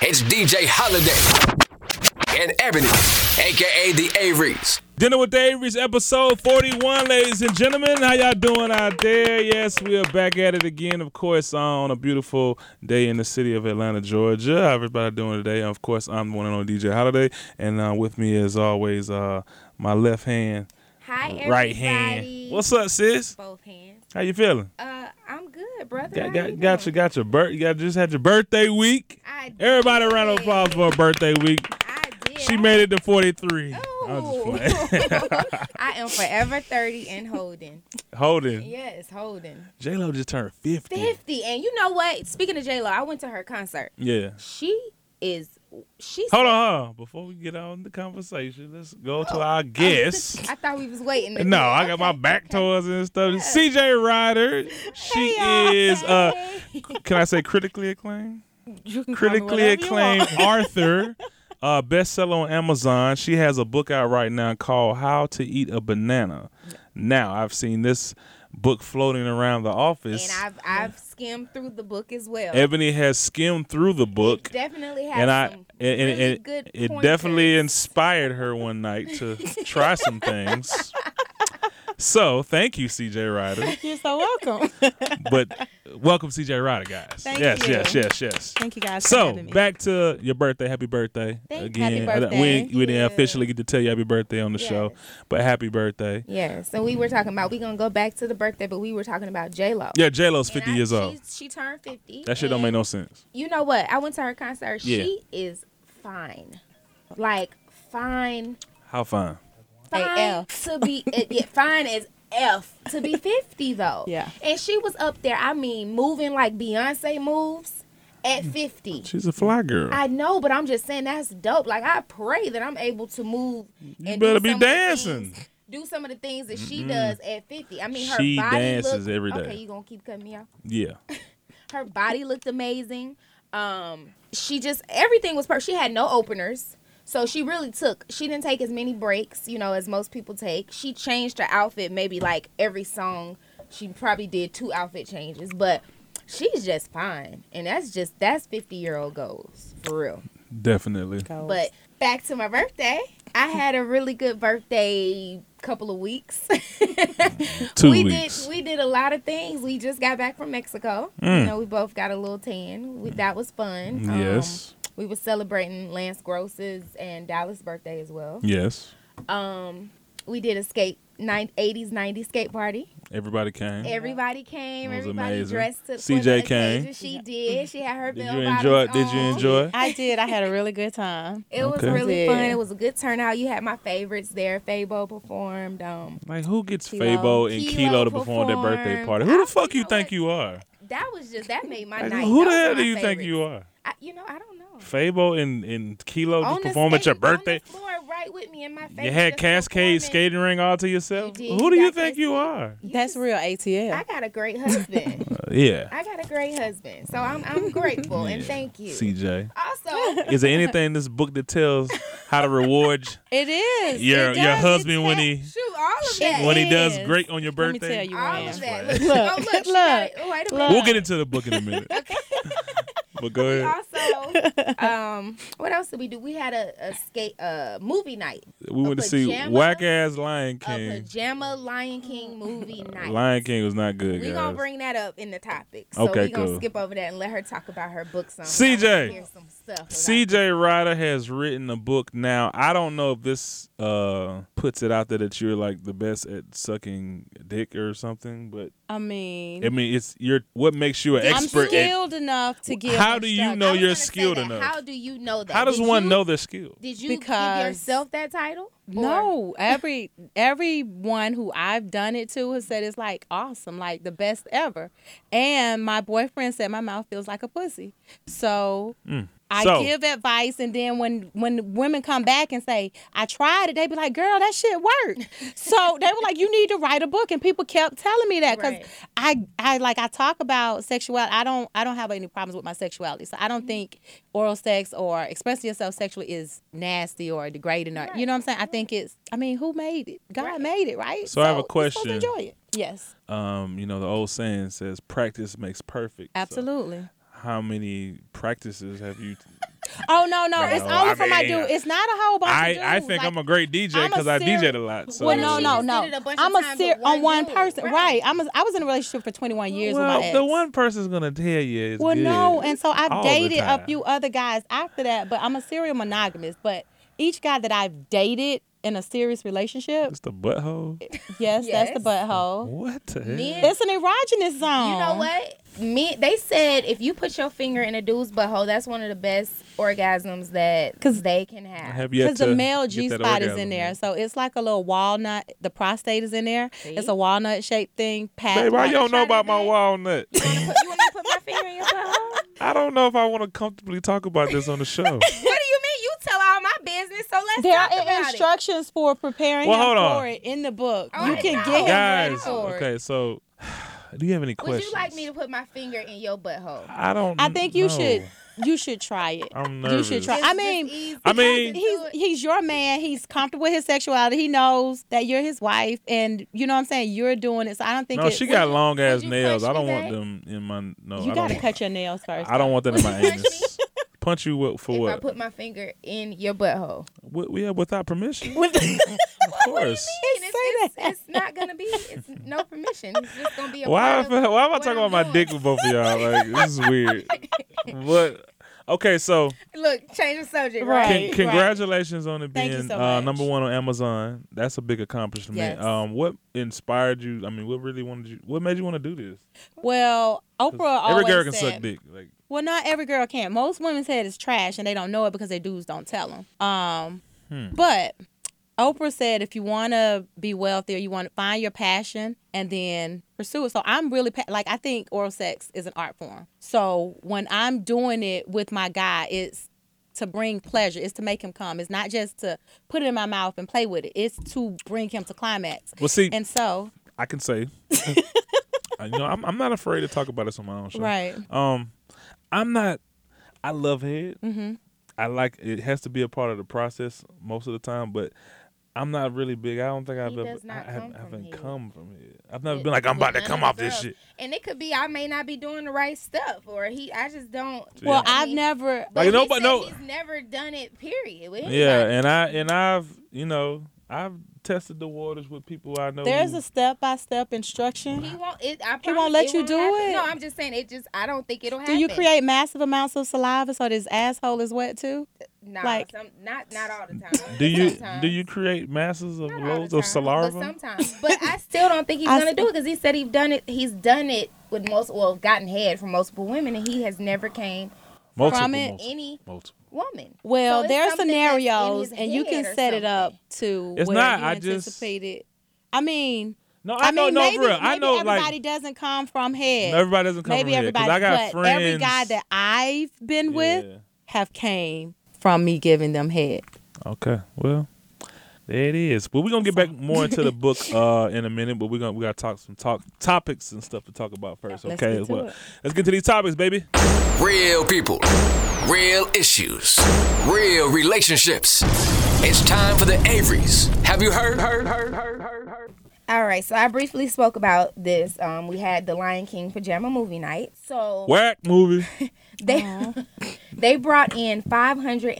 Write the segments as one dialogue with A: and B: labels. A: It's DJ Holiday and Ebony, aka the Aries.
B: Dinner with the Avery's episode 41, ladies and gentlemen. How y'all doing out there? Yes, we are back at it again, of course, on a beautiful day in the city of Atlanta, Georgia. How everybody doing today? Of course, I'm the one and only DJ Holiday, and uh, with me, as always, uh, my left hand,
C: Hi, everybody.
B: right hand. What's up, sis?
C: Both hands.
B: How you feeling?
C: Uh, I'm good, brother.
B: Got,
C: How you
B: got, got you,
C: doing?
B: got your birth. You got just had your birthday week.
C: I did.
B: Everybody, a round of applause for her birthday week.
C: I did.
B: She made it to 43. I'm just
C: Oh.
B: playing.
C: I am forever 30 and holding.
B: Holding.
C: Yes, holding.
B: J Lo just turned 50.
C: 50. And you know what? Speaking of J-Lo, I went to her concert.
B: Yeah.
C: She is, she
B: Hold on, hold on. Before we get on the conversation, let's go
C: Oh,
B: to our guest.
C: I thought we was waiting. to
B: No,
C: do it.
B: I got my
C: Okay.
B: back towards it and stuff. CJ Ryder. She
C: Hey,
B: is
C: y'all.
B: uh
C: Hey.
B: can I say critically acclaimed?
C: You can call me
B: Critically
C: whatever you want.
B: acclaimed Arthur. Uh, bestseller on Amazon. She has a book out right now called How to Eat a Banana. Now, I've seen this book floating around the office.
C: And I've, I've skimmed through the book as well.
B: Ebony has skimmed through the book.
C: definitely has
B: and I
C: some
B: and, and,
C: really
B: and
C: good
B: it
C: pointers.
B: definitely inspired her one night to try some things. So thank you, CJ Ryder.
D: You're so welcome.
B: But welcome, CJ Ryder, guys.
D: Thank
B: yes,
D: you.
B: yes, yes, yes.
D: Thank you guys. for
B: So
D: having me.
B: back to your birthday. Happy birthday
C: Thank-
B: again.
C: happy
B: I don't-
C: birthday.
B: We ain't- we didn't
C: Thank you.
B: officially get to tell you happy birthday on the show, but happy birthday.
C: Yeah, so we were talking about we gonna go back to the birthday, but we were talking about J Lo.
B: Yeah, J Lo's fifty years old.
C: She, she turned fifty.
B: That shit don't make no sense.
C: You know what? I went to her concert.
B: Yeah.
C: She is fine, like fine,
B: How fine?
C: fine
D: AF.
C: to be eh, yeah, fine as f to be fifty though.
D: Yeah.
C: and she was up there. I mean, moving like Beyonce moves at
B: Mm.
C: fifty.
B: She's a fly girl.
C: I know, but I'm just saying that's dope. Like I pray that I'm able to move. You and do
B: better be
C: some of the
B: dancing.
C: things- do some of the things that she does at 50. I mean, her
B: She
C: body
B: dances
C: looked-
B: every day.
C: Okay, you gonna keep cutting me off.
B: yeah.
C: Her body looked amazing. Um, she just everything was perfect. She had no openers. So she really took. She didn't take as many breaks, you know, as most people take. She changed her outfit maybe like every song. She probably did two outfit changes, but she's just fine. And that's just that's 50 year old goals for real.
B: Definitely.
D: Goals.
C: But back to my birthday. I had a really good birthday couple of weeks.
B: Two
C: we
B: weeks. Mm.
C: did we did a lot of things. We just got back from Mexico. You know, we both got a little tan. We, that was
B: Oh.
C: fun. Um,
B: Yes.
C: we were celebrating Lance Gross's and Dallas' birthday as well.
B: yes.
C: Um, we did a skate nine eighties ninety skate party.
B: Everybody came.
C: Everybody came.
B: It Mm. was
C: Everybody
B: amazing.
C: dressed to for
B: CJ
C: the
B: came.
C: occasion. She did. She had her.
B: Did
C: bell
B: you
C: bottoms
B: enjoy? Did you
C: on.
B: enjoy?
D: I did. I had a really good time.
C: It was
B: Okay.
C: really
D: Yeah.
C: fun. It was a good turnout. You had my favorites there. Fabo performed. Um,
B: Like who gets
D: Kilo.
B: Fabo and Kilo
C: Kilo
B: to perform their birthday
C: performed.
B: party? Who
C: I-
B: the fuck
C: you
B: you
C: know
B: think
C: what?
B: you are?
C: that was just that made my
B: Like,
C: night.
B: who the
C: That was
B: hell
C: my
B: do you think
C: favorites.
B: you are?
C: I, you know, I don't know.
B: Fabo and, and Kilo
C: On
B: just
C: the
B: perform at your
C: stage, on the
B: birthday.
C: floor, right with me and my
B: You
C: favorite.
B: had Cascade skating ring all to yourself.
C: You did.
B: Who do
C: You
B: you
C: got
B: think you are?
D: That's real ATL.
C: I got a great husband.
B: Uh, yeah,
C: I got a great husband. So I'm I'm grateful and thank you.
B: CJ.
C: Also,
B: Is there anything in this book that tells how to reward
D: it is.
B: your
D: It
B: your
D: does.
B: husband
D: It's
B: when
D: that-
B: he
C: shoot all of
D: Shit.
C: that.
B: when he does
D: is.
B: great on your
D: Let me
B: birthday?
D: tell you,
C: All of
D: Rams.
C: that.
B: Right.
C: Look, oh, look, she got
D: Look,
C: it. Oh, wait a
D: look.
C: minute.
B: We'll get into the book in a minute. but go ahead.
C: Also, um, what else did we do? We had a, a skate uh movie night.
B: We went to see
C: pajama-
B: whack ass Lion
C: a
B: King.
C: pajama Lion King movie night.
B: Lion King was not good,
C: We're
B: guys.
C: gonna bring that up in the topics. So
B: Okay,
C: we're gonna
B: cool.
C: skip over that and let her talk about her book some.
B: CJ.
C: I wanna hear some stuff about-
B: CJ Ryder has written a book now. I don't know if this uh, puts it out there that you're like the best at sucking dick or something, but
D: I mean,
B: I mean, it's you're what makes you an
D: I'm
B: expert. at,
D: skilled enough to give.
B: How do you
C: I
B: know
C: was
B: you're
C: gonna say
B: skilled
C: that.
B: enough?
C: How do you know that?
B: how does
C: Did
B: one
C: you-
B: know they're skilled?
C: Did you
D: Because-
C: give yourself that title? Or-
D: No, every everyone who I've done it to has said it's like awesome, like the best ever. And my boyfriend said my mouth feels like a pussy. So I
B: Hmm. So-
D: give advice, and then when when women come back and say I tried it, they be like, "Girl, that shit worked." so they were like, "You need to write a book," and people kept telling me that because
C: Right.
D: I I like I talk about sexuality. I don't I don't have any problems with my sexuality, so I don't think oral sex or expressing yourself sexually is nasty or degrading or you know what I'm saying. I think it's I mean who made it? God made it, right?
B: So I have a
D: you're supposed to
B: question.
D: Enjoy it. Yes,
B: Um, you know, the old saying says practice makes perfect. So
D: absolutely.
B: how many practices have you
D: Oh no, no, it's
B: No,
D: only
B: I
D: for my
B: mean,
D: dude. It's not a whole bunch of
B: I,
D: dudes.
B: I think
D: Like,
B: I'm a great DJ
D: I'm a
B: because I
D: serious-
B: Dj'd a lot. So.
D: Well,
C: she
D: no, no,
C: just
D: no.
C: did it a bunch of
D: I'm a
C: times
D: ser-
C: with one
D: on one
C: dude,
D: person,
C: right.
D: right? I'm a, I was in a relationship for 21 years with my
B: Well,
D: ex.
B: the one person's gonna tell you is
D: well,
B: good.
D: no, and so I've
B: All the
D: dated a
B: time.
D: few other guys after that, but I'm a serial monogamist. But each guy that I've dated in a serious relationship,
B: It's the butthole.
D: yes, that's the
C: Yes.
D: butthole.
B: What the hell?
C: Men-
D: It's an erogenous zone.
C: You know what? Me, they said if you put your finger in a dude's butthole, that's one of the best orgasms that
D: 'Cause-
C: they can
B: I
C: have.
B: have yet
D: Because the
B: to
D: male
B: get
D: G
B: that
D: spot is
B: orgasm.
D: in there, so it's like a little walnut. The prostate is in there. It's
C: See?
D: a walnut shaped thing. Packed.
B: Babe, I
D: like-
B: don't know about my
C: Try to
B: walnut.
C: You wanna put- you want to put my finger in your butthole?
B: I don't know if I want to comfortably talk about this on the show.
C: What do you mean? You tell all my business, so let's
D: There
C: talk
D: are
C: about
D: instructions for preparing
B: Well,
D: him
B: hold on.
D: for it in the book.
C: Oh,
D: you
C: I
D: can
C: know.
D: get him ready
B: Guys,
D: for it.
B: okay, so do you have any
C: it.
B: questions?
C: Would you like me to put my finger in your butthole?
B: I don't.
D: I think you
B: know.
D: should you should try it.
B: I'm
D: You should
B: nervous.
D: try. I
C: It's
D: mean,
C: just easy.
B: I mean-
C: You
D: he's
C: can do it.
D: he's your man. He's comfortable with his sexuality. He knows that you're his wife, and you know what I'm saying. You're doing it, so I don't think.
B: No,
D: it's,
B: she got long ass
C: you
B: nails.
C: punch
B: I don't
C: me,
B: want
C: babe?
B: them in my. No,
D: You
B: I
D: gotta
B: don't. Want,
D: cut your nails first.
B: I don't want them in
C: Would
B: my
C: you punch
B: anus. Punch you what for
C: if I
B: what?
C: put my finger in your butthole,
B: Wi- yeah, without permission.
D: With the-
B: Of course.
C: And it's,
D: say
C: it's, it's not gonna be. It's no permission. It's just gonna be a
B: Why,
C: part of
B: why am I
C: what
B: talking
C: I'm
B: about my
C: doing.
B: dick with both of y'all? Like this is weird. what? Okay, so
C: Look, change the subject.
D: Right.
C: Right.
B: con- congratulations on it
D: Thank you
B: being
D: so
B: uh,
D: much.
B: number one on Amazon. That's a big accomplishment.
D: Yes.
B: Um, what inspired you? I mean, what really wanted you? What made you want to do this?
D: well,
B: 'Cause
D: Oprah
B: Every
D: always
B: girl can
D: said,
B: suck dick. Like
D: Well, not every girl can. Most women's head is trash, and they don't know it because their dudes don't tell them. Um,
B: Hmm.
D: But Oprah said, if you want to be wealthy, or you want to find your passion and then pursue it. So I'm really pa- like I think oral sex is an art form. So when I'm doing it with my guy, it's to bring pleasure. It's to make him come. It's not just to put it in my mouth and play with it. It's to bring him to climax.
B: Well, see-
D: and so
B: I can say, I- you know, I'm, I'm not afraid to talk about this on my own show.
D: right,
B: Um, I'm not. I love head.
D: Mm-hmm.
B: I like it has to be a part of the process most of the time, but I'm not really big. I don't think I've
C: He
B: ever.
C: does not
B: I,
C: come
B: haven't,
C: from
B: haven't
C: head.
B: come from it. I've never been like I'm about to
C: None
B: come
C: of
B: off
C: the
B: this
C: girls.
B: shit.
C: And it could be I may not be doing the right stuff, or he. I just don't.
B: Yeah.
D: Well,
C: I
D: I've
C: mean,
D: never.
C: But
B: Like,
C: he
B: nobody-
C: said
B: no-
C: He's never done it. Period. with
B: Yeah,
C: anybody.
B: and I and I've you know I've tested the waters with people I know.
D: There's
B: who-
D: a step by step instruction.
C: He won't. It, I
D: He
C: promise
D: won't let you
C: won't
D: do
C: happen.
D: it?
C: No, I'm just saying it. Just I don't think it'll
D: Do
C: happen.
D: you create massive amounts of saliva so this asshole is wet too?
C: Nah,
D: like-
C: some, not not all the time.
B: do you
C: Sometimes.
B: do you create masses of
C: Not all
B: loads
C: the
B: of
C: time, But
B: saliva?
C: sometimes, but I still don't think he's
D: I
C: gonna
D: s-
C: do it because he said he's done it. He's done it with most, well, gotten head from multiple women, and he has never came
B: Multiple,
D: From it,
B: multiple,
C: any
B: multiple.
C: woman.
D: Well,
C: So it's
D: there are
C: something that's in his
D: scenarios, and you can
C: head or
D: set it up
C: something.
D: to
B: It's
D: where
B: not,
D: you
B: I just-
D: anticipate it. I mean,
B: No, I,
D: I,
B: know,
D: mean,
B: no,
D: maybe,
B: for real.
D: maybe
B: I know,
D: everybody
B: like
D: doesn't come from head.
B: everybody doesn't come
D: maybe
B: from here. 'cause
D: everybody,
B: I got
D: but
B: friends.
D: every guy that I've been
B: Yeah.
D: with have came from me giving them head.
B: Okay. Well, there it is. But we're gonna get back more into the book uh in a minute, but we're gonna we gotta talk some talk topics and stuff to talk about first.
D: Let's
B: Okay.
D: get to
B: well,
D: it.
B: let's get to these topics, baby.
A: Real people, real issues, real relationships. It's time for the Averys. Have you heard? Heard? Heard? Heard? Heard? Heard?
C: All right, so I briefly spoke about this. Um, we had the Lion King pajama movie night. So
B: Whack movie.
C: They they brought in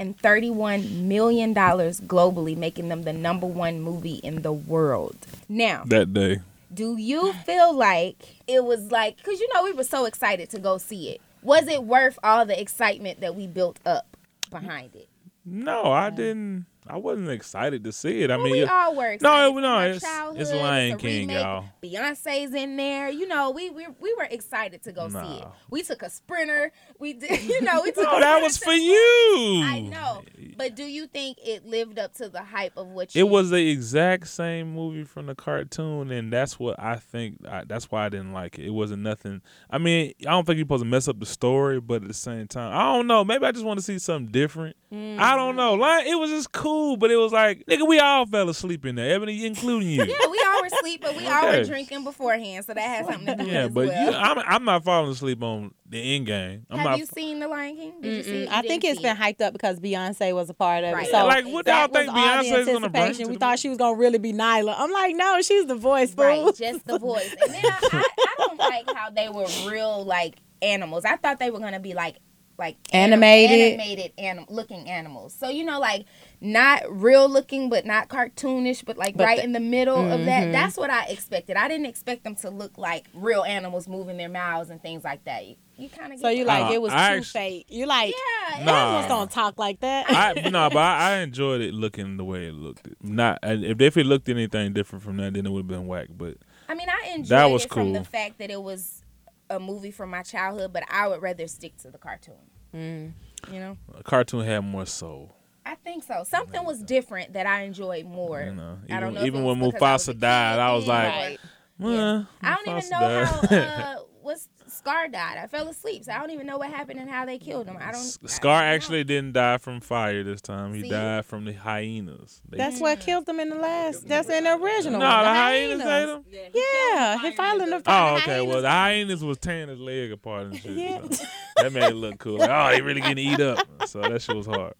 C: 531 million dollars globally, making them the number one movie in the world. Now,
B: That day.
C: do you feel like it was like cuz you know we were so excited to go see it. Was it worth all the excitement that we built up behind it?
B: No, I didn't. I wasn't excited to see it. I mean,
C: we
B: it-
C: all were
B: no,
C: excited
B: it-
C: for
B: no,
C: our
B: it's- it's
C: childhood,
B: Lion
C: a
B: King,
C: remake.
B: y'all.
C: Beyonce's in there. You know, we we, we were excited to go see it.
B: Nah.
C: We took a sprinter. We did, you know, we took
B: no,
C: a
B: that
C: sprinter
B: was
C: to
B: for you.
C: I know, but do you think it lived up to the hype of what you?
B: It was the exact same movie from the cartoon, and that's what I think. I, that's why I didn't like it. It wasn't nothing. I mean, I don't think you're supposed to mess up the story, but at the same time, I don't know. Maybe I just want to see something different. I don't know.
C: Mm.
B: Like it was just cool, but it was like, nigga, we all fell asleep in there, Ebony, including you.
C: Yeah, we all were asleep, but we all were
B: Okay.
C: drinking beforehand, so that has something to do with it.
B: Yeah,
C: as
B: but
C: well.
B: you, I'm I'm not falling asleep on the end game. I'm
C: have
B: not.
C: you seen The Lion King? Did you see? it?
D: Mm,
C: You
D: I
C: didn't
D: think it's
C: see
D: been
C: it.
D: hyped up because Beyonce was a part of
C: Right.
D: it. So
B: Like, what y'all
D: that was
B: think
D: all the
B: Beyonce's gonna bring
D: anticipation.
B: to
D: We
B: the
D: thought she was gonna really be Nyla. I'm like, no, she's the voice, boo.
C: right, just the voice. And then I, I, I don't like how they were real like animals. I thought they were gonna be like like
D: Animated.
C: animated anim- looking animals. So you know, like not real looking, but not cartoonish, but like
D: But
C: right
D: the- Mm-hmm.
C: in the middle of that. That's what I expected. I didn't expect them to look like real animals moving their mouths and things like that. You, kind of
D: So you
B: Uh,
D: like it was
B: I
D: too
B: actu-
D: fake. You like
C: yeah,
B: Nah.
D: animals don't talk like that.
B: I no, but I, I enjoyed it looking the way it looked. Not and if if it looked anything different from that, then it would have been whack. But
C: I mean, I enjoyed
B: That was
C: it from the
B: cool.
C: fact that it was a movie from my childhood, but I would rather stick to the cartoon.
D: Mm.
C: You know,
B: a cartoon had more soul.
C: I think so. Something was different that I enjoyed more.
B: You know,
C: I don't
B: even-
C: know if
B: even
C: it
B: when
C: was because
B: Mufasa
C: a kid
B: died, I was
C: then,
B: like,
C: or-
D: Right.
B: Well,
C: I don't even
B: Mm, Mufasa
C: know
B: died.
C: how uh, what's Scar died. I fell asleep, so I don't even know what happened and how they killed him. I don't.
B: S-
C: I-
B: Scar
C: I don't know.
B: actually didn't die from fire this time. He
C: See?
B: died from the hyenas. They-
D: That's what killed them in the last. That's in the original.
B: no, the
D: one,
B: hyenas
D: hyenas.
B: ate him.
D: Yeah, he following the
B: Oh,
D: the
B: okay.
D: hyenas.
B: Well, the hyenas was tearing his leg apart and shit.
D: Yeah.
B: so that made it look cool. Like, oh, he really getting eat up. So that shit was hard.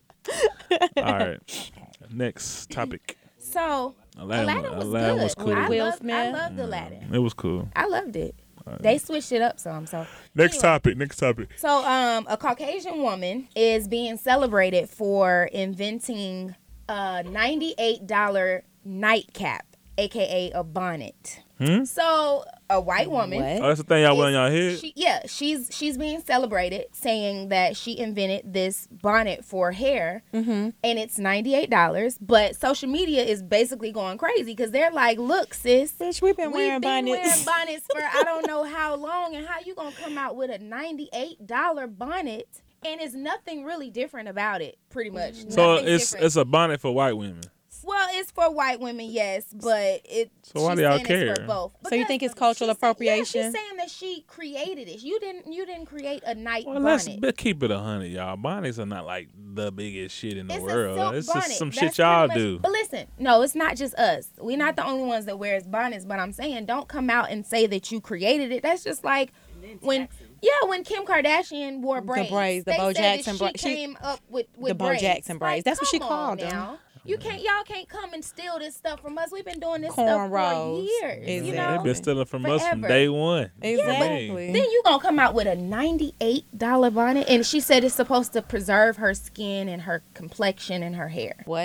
B: All right. Next topic.
C: So
B: Aladdin,
C: Aladdin was
B: Aladdin
C: good.
B: was cool. Mm.
C: I
D: Will
C: loved, I
D: Smith.
C: loved Aladdin.
B: It was cool.
C: I loved it. They switched it up some. So
B: Next
C: Anyway.
B: topic. Next topic.
C: So, um, a Caucasian woman is being celebrated for inventing a ninety-eight dollar nightcap, aka a bonnet. So, a white woman.
D: What?
B: Oh, that's the thing y'all wearing y'all head.
C: She, yeah, she's she's being celebrated, saying that she invented this bonnet for hair, and it's ninety eight dollars. But social media is basically going crazy because they're like, "Look, sis,
D: Bitch, we've been wearing
C: We've been wearing
D: bonnets.
C: bonnets for I don't know how long, and how you gonna come out with a ninety-eight dollar bonnet? And it's nothing really different about it, pretty much.
D: Mm-hmm.
B: so
C: Nothing
B: it's
C: different.
B: it's a bonnet for white women.
C: well, it's for white women, yes, but it.
B: So why
C: she's
B: do y'all
C: saying It's
B: care?
C: for both.
D: So you think
C: Because
D: it's cultural
C: she's saying-
D: appropriation?
C: yeah, she's saying that she created it. You didn't. You didn't create a night
B: Well, let's
C: bonnet.
B: be- keep it a hundred, y'all. Bonnets are not like the biggest shit in the
C: It's a
B: world.
C: silk
B: It's
C: bonnet.
B: just some
C: That's
B: shit y'all
C: pretty much-
B: do.
C: But listen, no, it's not just us. We're not the only ones that wears bonnets. But I'm saying, don't come out and say that you created it. That's just like when, yeah, when Kim Kardashian wore braids,
D: braids, the
C: they
D: Bo
C: said that
D: Jackson
C: she
D: bra- she-
C: came up with, with
D: The Bo
C: braids.
D: Jackson braids. That's what she
C: come on
D: called them.
C: now. You can't, y'all can't come and steal this stuff from us. We've been doing this
D: Cornrows.
C: stuff for years. You
D: Exactly.
B: They've
C: know.
B: been stealing from us from
C: Forever.
B: day one.
D: Exactly.
C: Then you gonna come out with a ninety-eight dollar bonnet, and she said it's supposed to preserve her skin and her complexion and her hair.
D: What?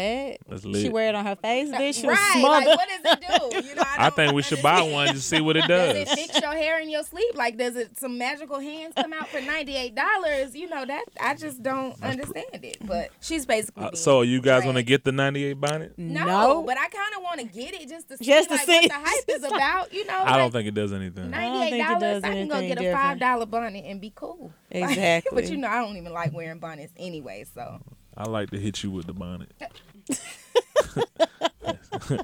B: That's
D: She
B: lit.
D: wear it on her face. Then she was
C: right.
D: smothered.
C: Like, what does it do? You know, I,
B: I
C: don't
B: think we should buy one to see what it
C: Does it
B: does.
C: fix your hair in your sleep? Like, does it some magical hands come out for ninety eight dollars? You know that I just don't understand it. But she's basically
B: Uh,
C: being
B: so you guys want to
C: trash.
B: get the 98 bonnet?
C: no,
D: No.
C: but I kind of want to get it just to see,
D: Just to
C: like,
D: see.
C: what the hype is about. You know,
B: I don't think it does anything.
D: don't
C: ninety
D: think it
C: eight dollars.
D: does
C: I can go
D: anything
C: get a
D: different.
C: five dollar bonnet and be cool. Like,
D: Exactly.
C: but you know, I don't even like wearing bonnets anyway. So
B: I like to hit you with the bonnet.
C: Uh,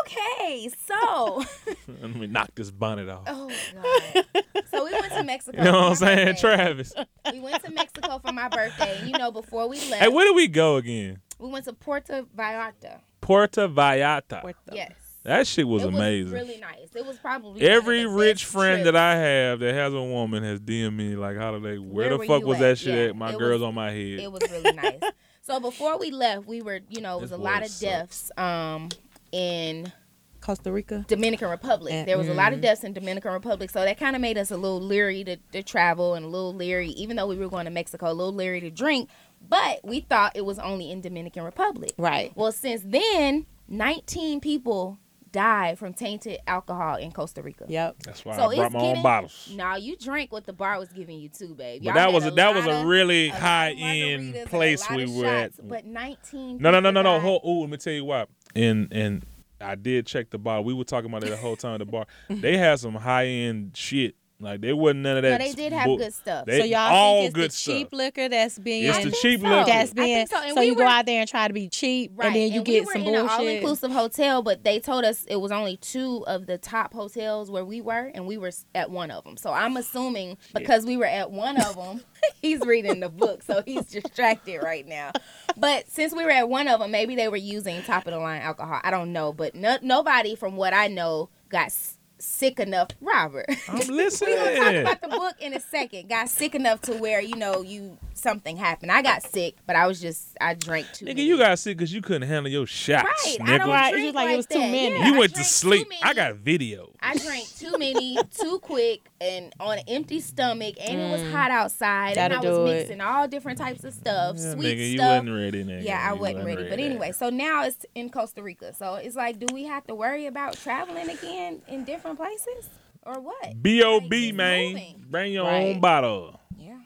C: okay, so
B: Let me knock this bonnet off.
C: oh god. So we went to Mexico.
B: You know
C: for
B: what
C: my
B: I'm saying,
C: birthday.
B: Travis?
C: we went to Mexico for my birthday. and, You know, before we left,
B: Hey, where do we go again?
C: we went to Puerto Vallarta.
B: Puerto Vallarta.
C: Yes.
B: That shit was
C: it
B: amazing.
C: was really nice. It was probably
B: Every rich friend that I have that has a woman has DM me like, "How do they? Where,
C: Where
B: the
C: were
B: fuck
C: you
B: was
C: at?
B: that shit
C: Yeah,
B: at? My
C: it
B: girls
C: was-
B: on my head."
C: It was really nice. So before we left, we were, you know, it was
B: This
C: a lot
B: boy
C: of deaths um in
D: Costa Rica.
C: Dominican Republic.
D: Eh,
C: There was a lot of deaths in Dominican Republic, so that kind of made us a little leery to, to travel and a little leery, even though we were going to Mexico, a little leery to drink. But we thought it was only in Dominican Republic.
D: Right.
C: Well, since then, 19 people died from tainted alcohol in Costa Rica.
D: Yep.
B: That's why
C: So
B: I
C: it's
B: brought my
C: getting,
B: own bottles.
C: Nah, you drank what the bar was giving you too, babe.
B: But
C: Y'all
B: that
C: had
B: was a, that was
C: lot
B: a
C: of-
B: really
C: lot of
B: high
C: margaritas and
B: end
C: a
B: place
C: lot
B: we
C: of
B: were
C: shots,
B: at.
C: But 19.
B: No, no, no, no,
C: people
B: no.
C: died.
B: Hold, ooh, let me tell you why. And and I did check the bar. We were talking about it the whole time at the bar. they had some high end shit. Like there wasn't none of
C: No,
B: that.
C: they did have
B: bull-
C: good stuff.
B: They-
D: so y'all
B: all
D: think it's
B: good
D: the
B: stuff.
D: cheap liquor that's being
B: It's the
C: think
B: cheap
C: so.
B: liquor.
D: that's
C: I
D: being
C: think
D: so,
C: so, and we
D: you go
C: were-
D: out there and try to be cheap
C: Right.
D: and then you
C: and
D: get
C: we were
D: some
C: in an
D: bullshit.
C: all-inclusive hotel, but they told us it was only two of the top hotels where we were, and we were s- at one of them. So I'm assuming because we were at one of them, he's reading the book, so he's distracted right now. But since we were at one of them, maybe they were using top-of-the-line alcohol. I don't know, but no- nobody, from what I know, got s- sick enough. Robert.
B: I'm
C: We're gonna talk
B: listening.
C: about the book in a second. Got sick enough to where you know you something happened. I got sick, but I was just I drank too.
B: Nigga,
C: many.
B: you got sick because you couldn't handle your shots,
C: right. I
B: nigga.
C: don't
D: Right, it was
C: drink
D: like it
C: like
D: was too
C: that.
D: many.
C: Yeah,
B: You
C: I
B: went to
C: drank too
B: sleep.
C: many.
B: I got video.
C: I drank too many too quick and on an empty stomach, and it was hot outside, and I
D: That'll
C: was
D: Mm. do it.
C: mixing all different types of stuff,
B: Yeah,
C: sweet
B: nigga, you
C: stuff.
B: wasn't ready, nigga.
C: yeah, I
B: You
C: wasn't ready. But
B: ready.
C: anyway, so now it's in Costa Rica. So it's like, do we have to worry about traveling again in different places or what? Like,
B: B.O.B.,
C: it's
B: man.
C: moving.
B: Bring your
D: Right.
B: own bottle.
C: Yeah,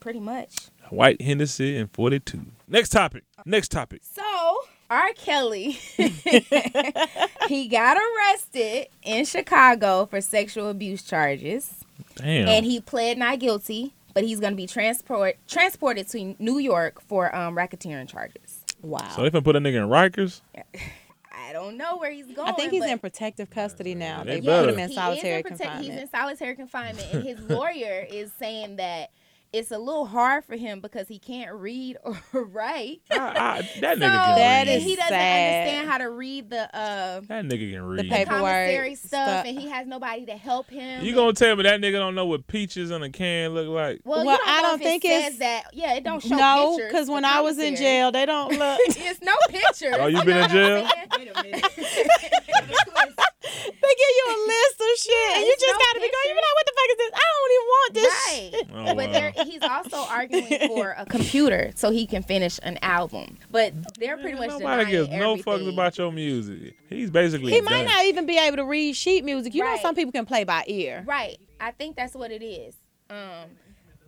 C: pretty much.
B: White Hennessy and 42. Next topic. Next topic.
C: So R. Kelly, he got arrested in Chicago for sexual abuse charges.
B: Damn.
C: and he pled not guilty, but he's going to be transport transported to New York for um, racketeering charges.
D: Wow.
B: so they finna put a nigga in Rikers?
C: I don't know where he's going.
D: I think he's
C: but
D: in protective custody now.
B: They
D: They
B: better.
D: put him in
C: he is
D: solitary
C: prote- He's in
D: confinement.
C: solitary confinement, and his lawyer is saying that it's a little hard for him because he can't read or write.
B: I, I, that nigga can
C: So,
D: That
B: read.
C: and
D: is
C: he doesn't
D: sad.
C: understand how to read the uh,
B: that nigga can read.
D: paper- Paperwork,
C: commissary stuff,
D: stuff.
C: and he has nobody to help him.
B: you gonna tell me that nigga don't know what peaches on a can look like?
C: well, you
D: Well,
C: don't
D: I
C: know if
D: don't
C: it
D: think
C: says
D: it's-
C: that. Yeah, it don't show
D: No,
C: pictures.
D: because
C: the
D: when I was in
C: commissary.
D: jail, they don't look.
C: It's no pictures.
B: Oh, you been in jail?
C: Wait a minute.
D: they give you a list of shit, and you
C: it's
D: just
C: no
D: gotta be going. You be like, what the fuck is this? I don't even want this.
C: right.
D: shit."
B: Oh,
C: but
B: wow.
C: there, he's also arguing for a computer so he can finish an album. But they're pretty much
B: Nobody
C: denying
B: gives no fucks
C: everything.
B: about your music. He's basically
D: He might
B: done.
D: not even be able to read sheet music. You
C: Right.
D: know, some people can play by ear.
C: Right. I think that's what it is. Um,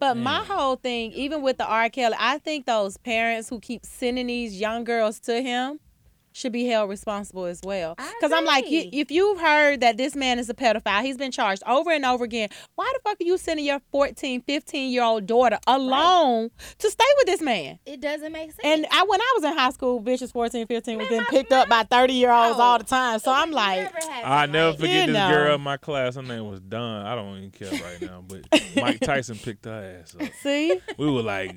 D: But my whole thing, even with the R. Kelly, I think those parents who keep sending these young girls to him should be held responsible as well.
C: I
D: Because I'm like, you,
C: agree.
D: if you've heard that this man is a pedophile, he's been charged over and over again, why the fuck are you sending your 14, 15 year old daughter alone to stay with this man?
C: it doesn't make sense.
D: And I, when I was in high school, bitches 14, 15 was
C: Man,
D: getting
C: my-
D: picked up by 30 year olds
C: No.
D: all the time. So I'm
C: It
D: like,
C: never happened,
B: I never
C: like-
B: forget
D: You
B: this
D: know.
B: girl in my class. Her name was Don. I don't even care right now, but Mike Tyson picked her ass up.
D: see?
B: We were like,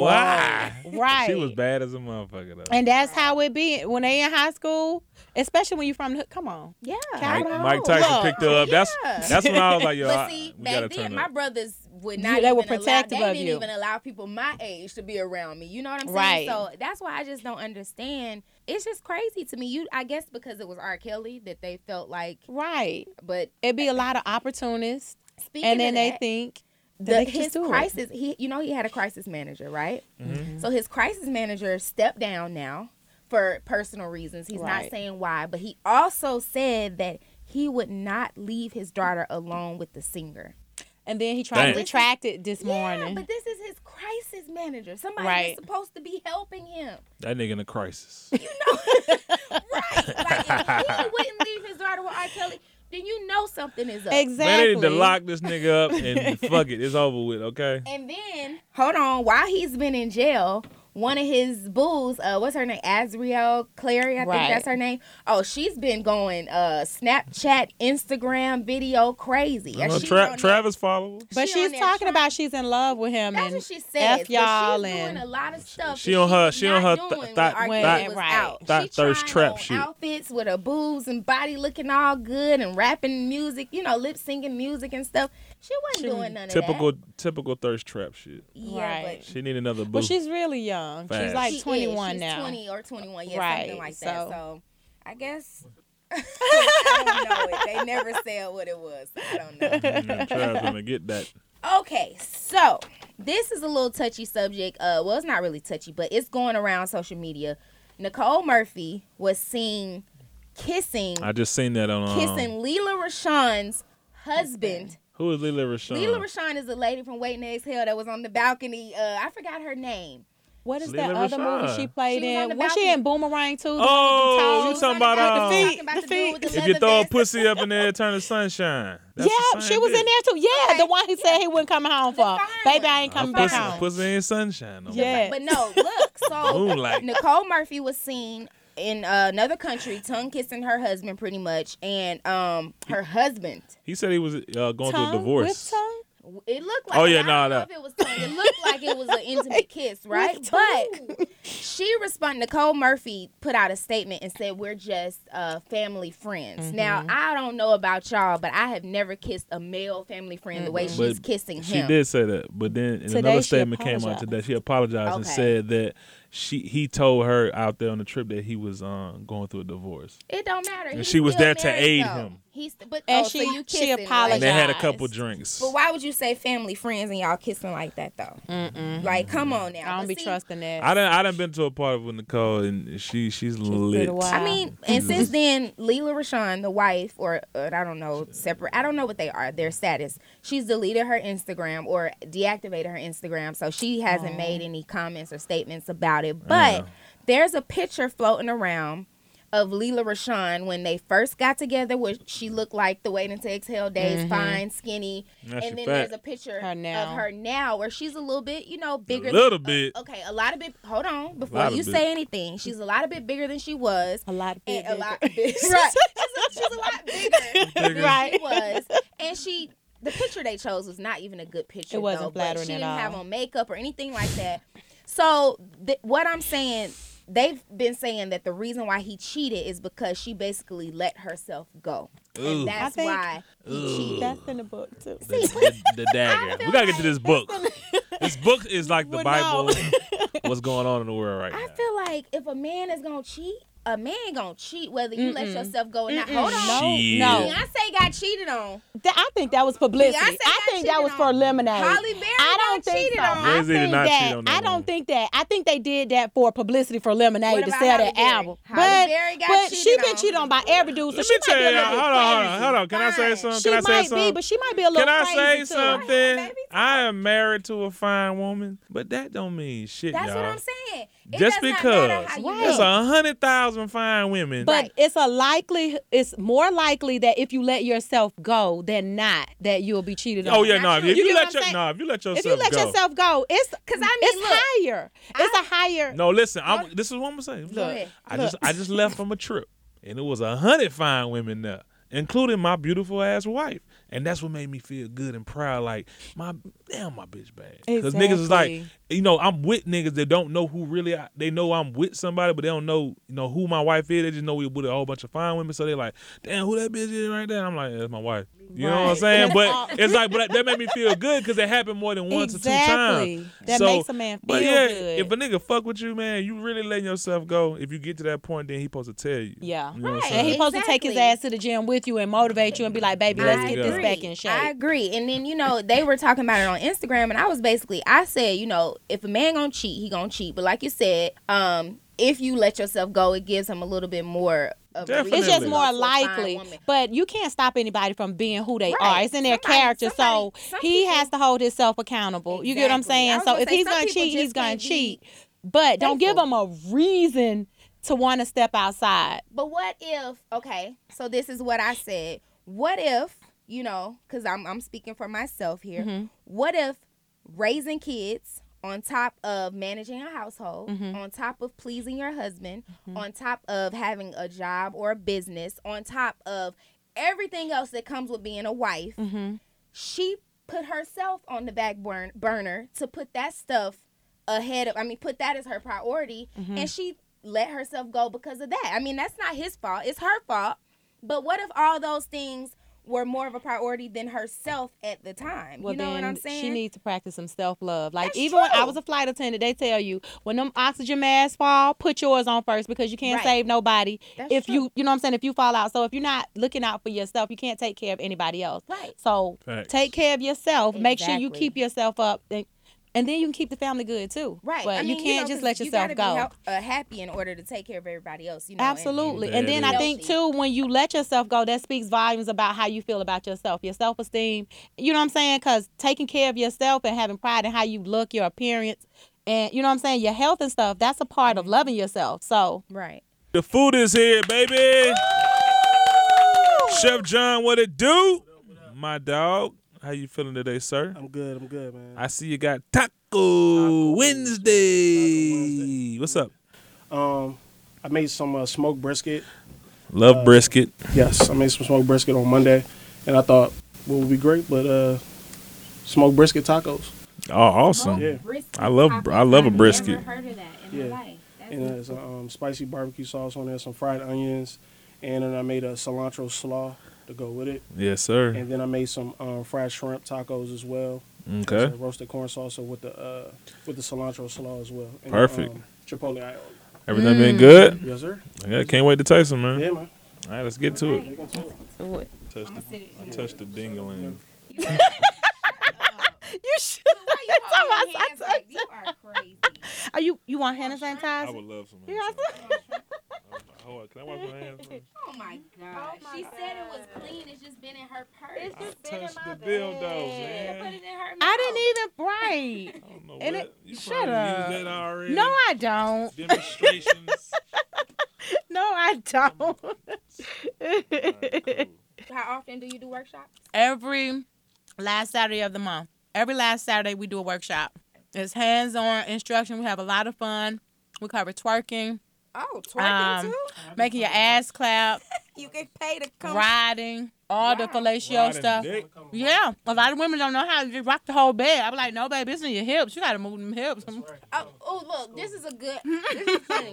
B: why?
D: Right.
B: She was bad as a motherfucker though.
D: And that's how it be when they in high school, especially when you from the hood. Come on.
C: Yeah.
B: Mike,
D: Hold
B: Mike
D: on.
B: Tyson
D: Look.
B: picked her up. That's
C: Yeah.
B: that's when I was like, yo,
C: But
B: I,
C: see,
B: we gotta
C: back
B: turn
C: then
B: up.
C: my brothers would not.
D: You- they were
C: even allow-
D: protective
C: they
D: of
C: didn't
D: you.
C: even allow people my age to be around me. You know what I'm saying?
D: Right.
C: So that's why I just don't understand. It's just crazy to me. You, I guess, because it was R. Kelly that they felt like.
D: Right.
C: But
D: It'd be a lot of opportunists.
C: speaking
D: and
C: of
D: then they
C: that,
D: think that
C: the,
D: they can
C: his
D: just do it.
C: crisis he you know he had a crisis manager right
B: Mm-hmm.
C: so his crisis manager stepped down now for personal reasons he's not
D: Right.
C: saying why but he also said that he would not leave his daughter alone with the singer
D: And then he tried
B: Dang.
D: to retract it this
C: yeah
D: morning.
C: but this is his crisis manager somebody
D: Right.
C: that's supposed to be helping him
B: that nigga in a crisis.
C: right like if he wouldn't leave his daughter with r kelly then you know something is up
D: exactly.
B: Man, they need to lock this nigga up and fuck it. It's over with, okay?
C: And then, hold on, while he's been in jail, one of his bulls, uh, what's her name? Azriel Clary, I think
D: Right.
C: that's her name. Oh, she's been going uh, Snapchat, Instagram, video crazy. And
B: Uh,
C: she's on
B: Tra-
C: there-
B: Travis follower.
D: but
C: she on
D: she's
C: there
D: talking
C: trying-
D: about she's in love with him
C: That's
D: and
C: what she says.
D: F y'all
C: but she's
D: and
C: doing a lot of stuff.
B: She
C: that
B: on her-
C: was
B: she on
C: not
B: her
C: doing
B: th-
C: when
B: thought-
C: R. Kelly
D: thought-
C: was
D: right.
C: out.
B: thought
C: She
B: thirst
C: trying
B: trap
C: on
B: shit.
C: outfits with her boobs and body looking all good and rapping music, you know, lip singing music and stuff. She wasn't doing none
B: Typical
C: of that.
B: typical thirst trap shit.
C: Yeah,
D: Right.
C: but
B: She need another boo.
D: well, she's really young.
B: Fast.
D: She's like
C: She is.
D: 21
C: She's
D: now.
C: 20 or 21, yeah, something
D: Right,
C: like that.
D: so-
C: So I guess I don't know it. They never said what it was. so I don't know.
B: Yeah, Travis gonna get that.
C: Okay, so this is a little touchy subject. Uh, well, it's not really touchy, but it's going around social media. Nicole Murphy was seen kissing
B: I just seen that on um,
C: kissing Leela Rashawn's husband.
B: Who is Lila Rashawn?
C: Leela Rashawn is the lady from Waiting to Exhale that was on the balcony. Uh, I forgot her name.
D: What is
B: Leela
D: that other
B: Rashad.
D: movie she played
C: She was on the
D: in? Was she
C: balcony.
D: in Boomerang too? The one with the
B: Oh, you talking
D: toes?
C: Somebody
B: about
C: got the-
B: um,
C: talking about
D: the
C: the dude with the
B: if you
C: leather
B: throw a
C: vest.
B: pussy up in there, it turn to sunshine. That's the
D: Yeah,
B: same
D: she was
B: bitch.
D: in there too. Yeah,
C: Okay.
D: the one who said he wouldn't come home for.
C: fine
D: Baby,
C: one.
D: I ain't
B: Nah,
D: coming back
B: pussy,
D: home.
B: pussy ain't sunshine. No more.
D: Yeah.
C: But no, look. So
B: Moonlight.
C: Nicole Murphy was seen in uh, another country, tongue kissing her husband pretty much, and um her husband.
B: He said he was uh, going
D: Tongue?
B: through a
D: With
B: divorce.
D: tongue?
C: It looked like
B: Oh, yeah,
C: I don't
B: nah,
C: know
B: nah.
C: if it was tongue. It looked like it was an intimate kiss, right?
D: with
C: But She responded. Nicole Murphy put out a statement and said, "We're just uh, family friends."
D: Mm-hmm.
C: Now I don't know about y'all, but I have never kissed a male family friend the way she's
B: But
C: kissing
B: She
C: him.
B: did say that, but then in
D: Today
B: another
D: she
B: statement came out today. She apologized and
C: Okay.
B: said that she he told her out there on the trip that he was um, going through a divorce.
C: It don't matter.
B: And
C: He's
B: she was
C: still
B: there to
C: married,
B: aid
C: though.
B: him.
C: He's but
D: And
C: oh,
D: she-
C: so you
D: she
C: kissing, like-
B: And they had a
D: Apologized.
B: couple drinks.
C: But why would you say family friends and y'all kissing like that though? Like, come on now.
D: I don't
C: But
D: be
C: see,
D: trusting that.
B: I done I done been to a party with Nicole and she she's lit.
D: wild.
C: I mean, and since then, Leela Rashawn, the wife, or, or I don't know, separate, I don't know what they are, their status. She's deleted her Instagram or deactivated her Instagram, so she hasn't made any comments or statements about it. But there's a picture floating around of Leela Rashawn when they first got together, where she looked like the Waiting to Exhale days, fine, skinny.
B: Now she
C: and then
B: fat.
C: there's a picture
D: Mm-hmm. Her now.
C: of her now where she's a little bit, you know, bigger.
B: little
C: uh,
B: bit.
C: okay, a lot of bit. Hold on. Before
B: lot of
C: you
B: bit.
C: say anything, she's a lot of bit bigger than she was
D: a lot of
C: and a
D: people.
C: lot bigger. right. She's a, she's a lot bigger than
D: Right.
C: she was. And she the picture they chose was not even a good picture.
D: It wasn't
C: though, but
D: flattering
C: She
D: at
C: didn't have
D: all.
C: on makeup or anything like that. So th- what I'm saying They've been saying that the reason why he cheated is because she basically let herself go,
B: Ooh.
C: and that's
D: think-
C: why he cheated.
D: That's in the book too.
B: The, the- the dagger. We gotta get to this book. This book is like the
D: Well,
B: Bible.
D: no.
B: What's going on in the world right
C: I
B: now?
C: feel like if a man is gonna cheat, a man gonna cheat whether you let yourself go or not. Hold on,
D: No,
B: Shit.
D: no.
C: Beyonce got cheated on.
D: Th- I think that was publicity.
C: Beyonce
D: I
C: got
D: think that
C: cheated
D: was for
C: on.
D: lemonade.
C: Holly Berry
D: I don't
C: got
D: think
C: cheated
D: so.
C: on.
D: I
B: Lizzie did
D: think
B: not cheat
D: that.
B: on that
D: I don't
B: woman.
D: think that. I think they did that for publicity for lemonade
C: What
D: to
C: about
D: sell
C: Holly
D: that
C: Berry?
D: album.
C: Holly
D: but
C: Berry got
D: but she
C: cheated
D: been
C: on.
D: cheated on by every dude. So
B: Let
D: she
B: me
D: might
B: tell
D: be a
B: y'all.
D: little
B: Hold
D: bit
B: on, hold on,
D: crazy.
B: hold on. Can I say
C: Fine.
B: something?
D: She
B: Can I
D: might
B: say something?
D: be, but she might be a little
B: Can I
D: crazy
B: say
D: too.
B: something?
C: Baby, talk.
B: I am married to a fine woman, but that don't mean shit,
C: That's
B: y'all.
C: what I'm saying. It
B: Just
C: does
B: because
C: not matter how you
D: Right.
B: there's
C: look.
B: a hundred thousand fine women,
D: But
C: Right.
D: it's a likely, it's more likely that if you let yourself go than not, that you'll be cheated on.
B: oh yeah, no.
C: Not
B: If
C: you.
B: you,
D: You get
B: let
D: what
B: your
D: I'm
B: no, if you let yourself
D: If you let
B: go,
D: yourself go, it's
C: 'Cause I mean,
D: it's
C: look,
D: higher. It's a higher.
B: no. Listen, I'm, this is what I'm saying.
C: Go ahead.
B: I just I just left from a trip, and it was a hundred fine women there, including my beautiful ass wife, and that's what made me feel good and proud. Like my damn, my bitch bad. Because niggas is like,
D: Exactly.
B: you know, I'm with niggas that don't know who really. I, they know I'm with somebody, but they don't know, you know, who my wife is. They just know we with a whole bunch of fine women, so they like, damn, who that bitch is right there. I'm like, that's my wife. You know what I'm
D: Right.
B: saying?
D: That's all.
B: But it's like, but that made me feel good because it happened more than once or two
D: Exactly.
B: times.
D: That
B: So-
D: makes a man
B: but
D: feel
B: yeah,
D: good.
B: If a nigga fuck with you, man, you really letting yourself go. If you get to that point, then he supposed to tell you.
D: Yeah.
B: You know what I'm
C: Right.
D: And
B: saying?
D: he supposed to take his
C: Exactly.
D: ass to the gym with you and motivate you and be like, baby, let's
C: I
D: get
B: agree.
D: this back in shape.
C: I agree. And then you know they were talking about it on Instagram, and I was basically I said you know if a man gonna cheat, he gonna cheat. But like you said, um, if you let yourself go, it gives him a little bit more. Of a
B: Definitely.
D: it's just
B: Definitely.
D: more
C: reason to find
D: likely,
C: women.
D: but you can't stop anybody from being who they
C: Right.
D: are. It's in their
C: Somebody-
D: character,
C: somebody-
D: so
C: some
D: he
C: people-
D: has to hold himself accountable. You get what I'm
C: Exactly. I
D: saying?
C: was
D: So
C: gonna
D: if
C: say,
D: he's
C: some
D: gonna
C: people
D: cheat,
C: just
D: he's gonna
C: can't be
D: cheat. But don't give
C: faithful.
D: him a reason to want to step outside.
C: But what if, okay, so this is what I said. What if, you know, because I'm, I'm speaking for myself here,
D: Mm-hmm.
C: what if raising kids on top of managing a household,
D: Mm-hmm.
C: on top of pleasing your husband, on top of having a job or a business, on top of everything else that comes with being a wife,
D: Mm-hmm.
C: she put herself on the back burn, burner to put that stuff ahead of i mean put that as her priority
D: Mm-hmm.
C: and she let herself go because of that i mean that's not his fault it's her fault but what if all those things were more of a priority than herself at the time
D: Well,
C: you know what
D: then
C: i'm saying
D: she needs to practice some self love. Like
C: That's
D: even when I
C: true.
D: was a flight attendant, they tell you when them oxygen masks fall, put yours on first because you can't
C: Right.
D: save nobody.
C: That's
D: if
C: true.
D: you you know what I'm saying, if you fall out, so if you're not looking out for yourself, you can't take care of anybody else.
C: Right.
D: So
B: Facts.
D: take care of yourself. Make sure you
C: Exactly.
D: keep yourself up. And, and then you can keep the family good too.
C: right
D: But
C: I mean,
D: you can't
C: know,
D: just
C: 'cause
D: let
C: you
D: yourself
C: gotta be
D: go.
C: hel- uh, happy in order to take care of everybody else you know and-
D: Absolutely.
B: There
D: And then
B: it
D: I
B: is.
D: think
C: Healthy.
D: too when you let yourself go, that speaks volumes about how you feel about yourself, your self esteem. You know what I'm saying? Because taking care of yourself and having pride in how you look, your appearance, and you know what I'm saying, your health and stuff. That's a part of loving yourself. So
C: Mm-hmm. right
B: The food is here, baby. Chef John, what it do? My dog, how you feeling today, sir?
E: I'm good. I'm good, man.
B: I see you got Taco, Wednesday. What's up?
E: Um, I made some uh, smoked brisket.
B: Love brisket.
E: Yes, I made some smoked brisket on Monday, and I thought what would be great, but uh, smoked brisket tacos.
B: Oh, awesome.
E: Yeah.
B: I love- I love a brisket.
C: heard of that in
E: Yeah.
C: life
E: There's a um, spicy barbecue sauce on there, some fried onions, and then I made a cilantro slaw to go with it.
B: Yes, sir.
E: And then I made some um, fried shrimp tacos as well.
B: Okay.
E: So roasted corn salsa with the uh, with the cilantro slaw as well. And,
B: Perfect.
E: Um, Chipotle aioli.
B: Everything been good?
E: Yes, sir.
B: Yeah, can't wait to taste them, man.
E: Yeah, man.
B: All right, let's get to it.
D: Ooh.
B: Touch the, I touched the dingling.
D: You should.
F: you holding
D: That's
F: hands like you are crazy.
D: Are you you want hand sanitizer?
B: I would love some.
D: You got some?
B: Hold on, can I wash my hands?
F: Oh my god.
C: She said it was clean. It's just been in her purse.
F: It's just been in
B: Touch
F: my
B: the
F: bag.
B: dildos,
F: Put
B: man.
F: it in her mouth.
D: I didn't even
B: I don't know
D: And
B: what.
D: it-
B: You
D: shut
B: probably
D: up.
B: used that already.
D: breathe. No, I don't.
B: Demonstrations.
D: No, I don't.
C: How often do you do workshops?
D: Every last Saturday of the month. Every last Saturday we do a workshop. It's hands-on instruction. We have a lot of fun. We cover twerking,
F: Oh, twerking
D: Um,
F: too?
D: making your ass clap,
F: You can pay to come.
D: riding, all the fellatio
B: Riding
D: stuff.
B: dick.
D: Yeah, a lot of women don't know how to just rock the whole bed. I'm like, no, baby, it's in your hips. You gotta move them hips.
C: Oh, oh, look, this is a good. This is funny.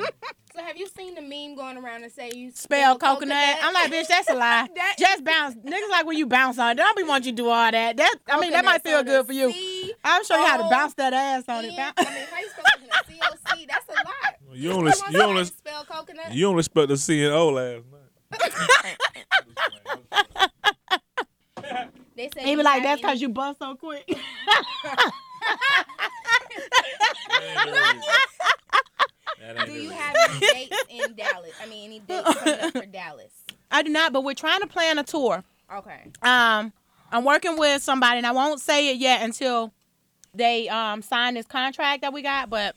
C: so, have you seen the meme going around that say you
D: Spell coconut. I'm like, bitch, that's a lie.
C: That-
D: Just bounce. Niggas like when you bounce on it. They Don't be wanting you to do all that. That I mean, that might feel good for you.
C: C,
D: I'm sure you how to
C: O,
D: bounce that ass
C: N, I
D: on
C: mean,
D: it.
C: how
D: Bounce-
C: you spell coconut? C O C. That's a lot.
B: You only
C: Someone
B: you
C: said
B: only
C: spell coconut.
B: you only spelled the C and O last night.
C: they say
D: They be like, that's because you bust so quick.
C: Do you have any dates in Dallas? I mean, any dates coming up for Dallas?
D: I do not, but we're trying to plan a tour.
C: Okay.
D: Um, I'm working with somebody, and I won't say it yet until they um sign this contract that we got. But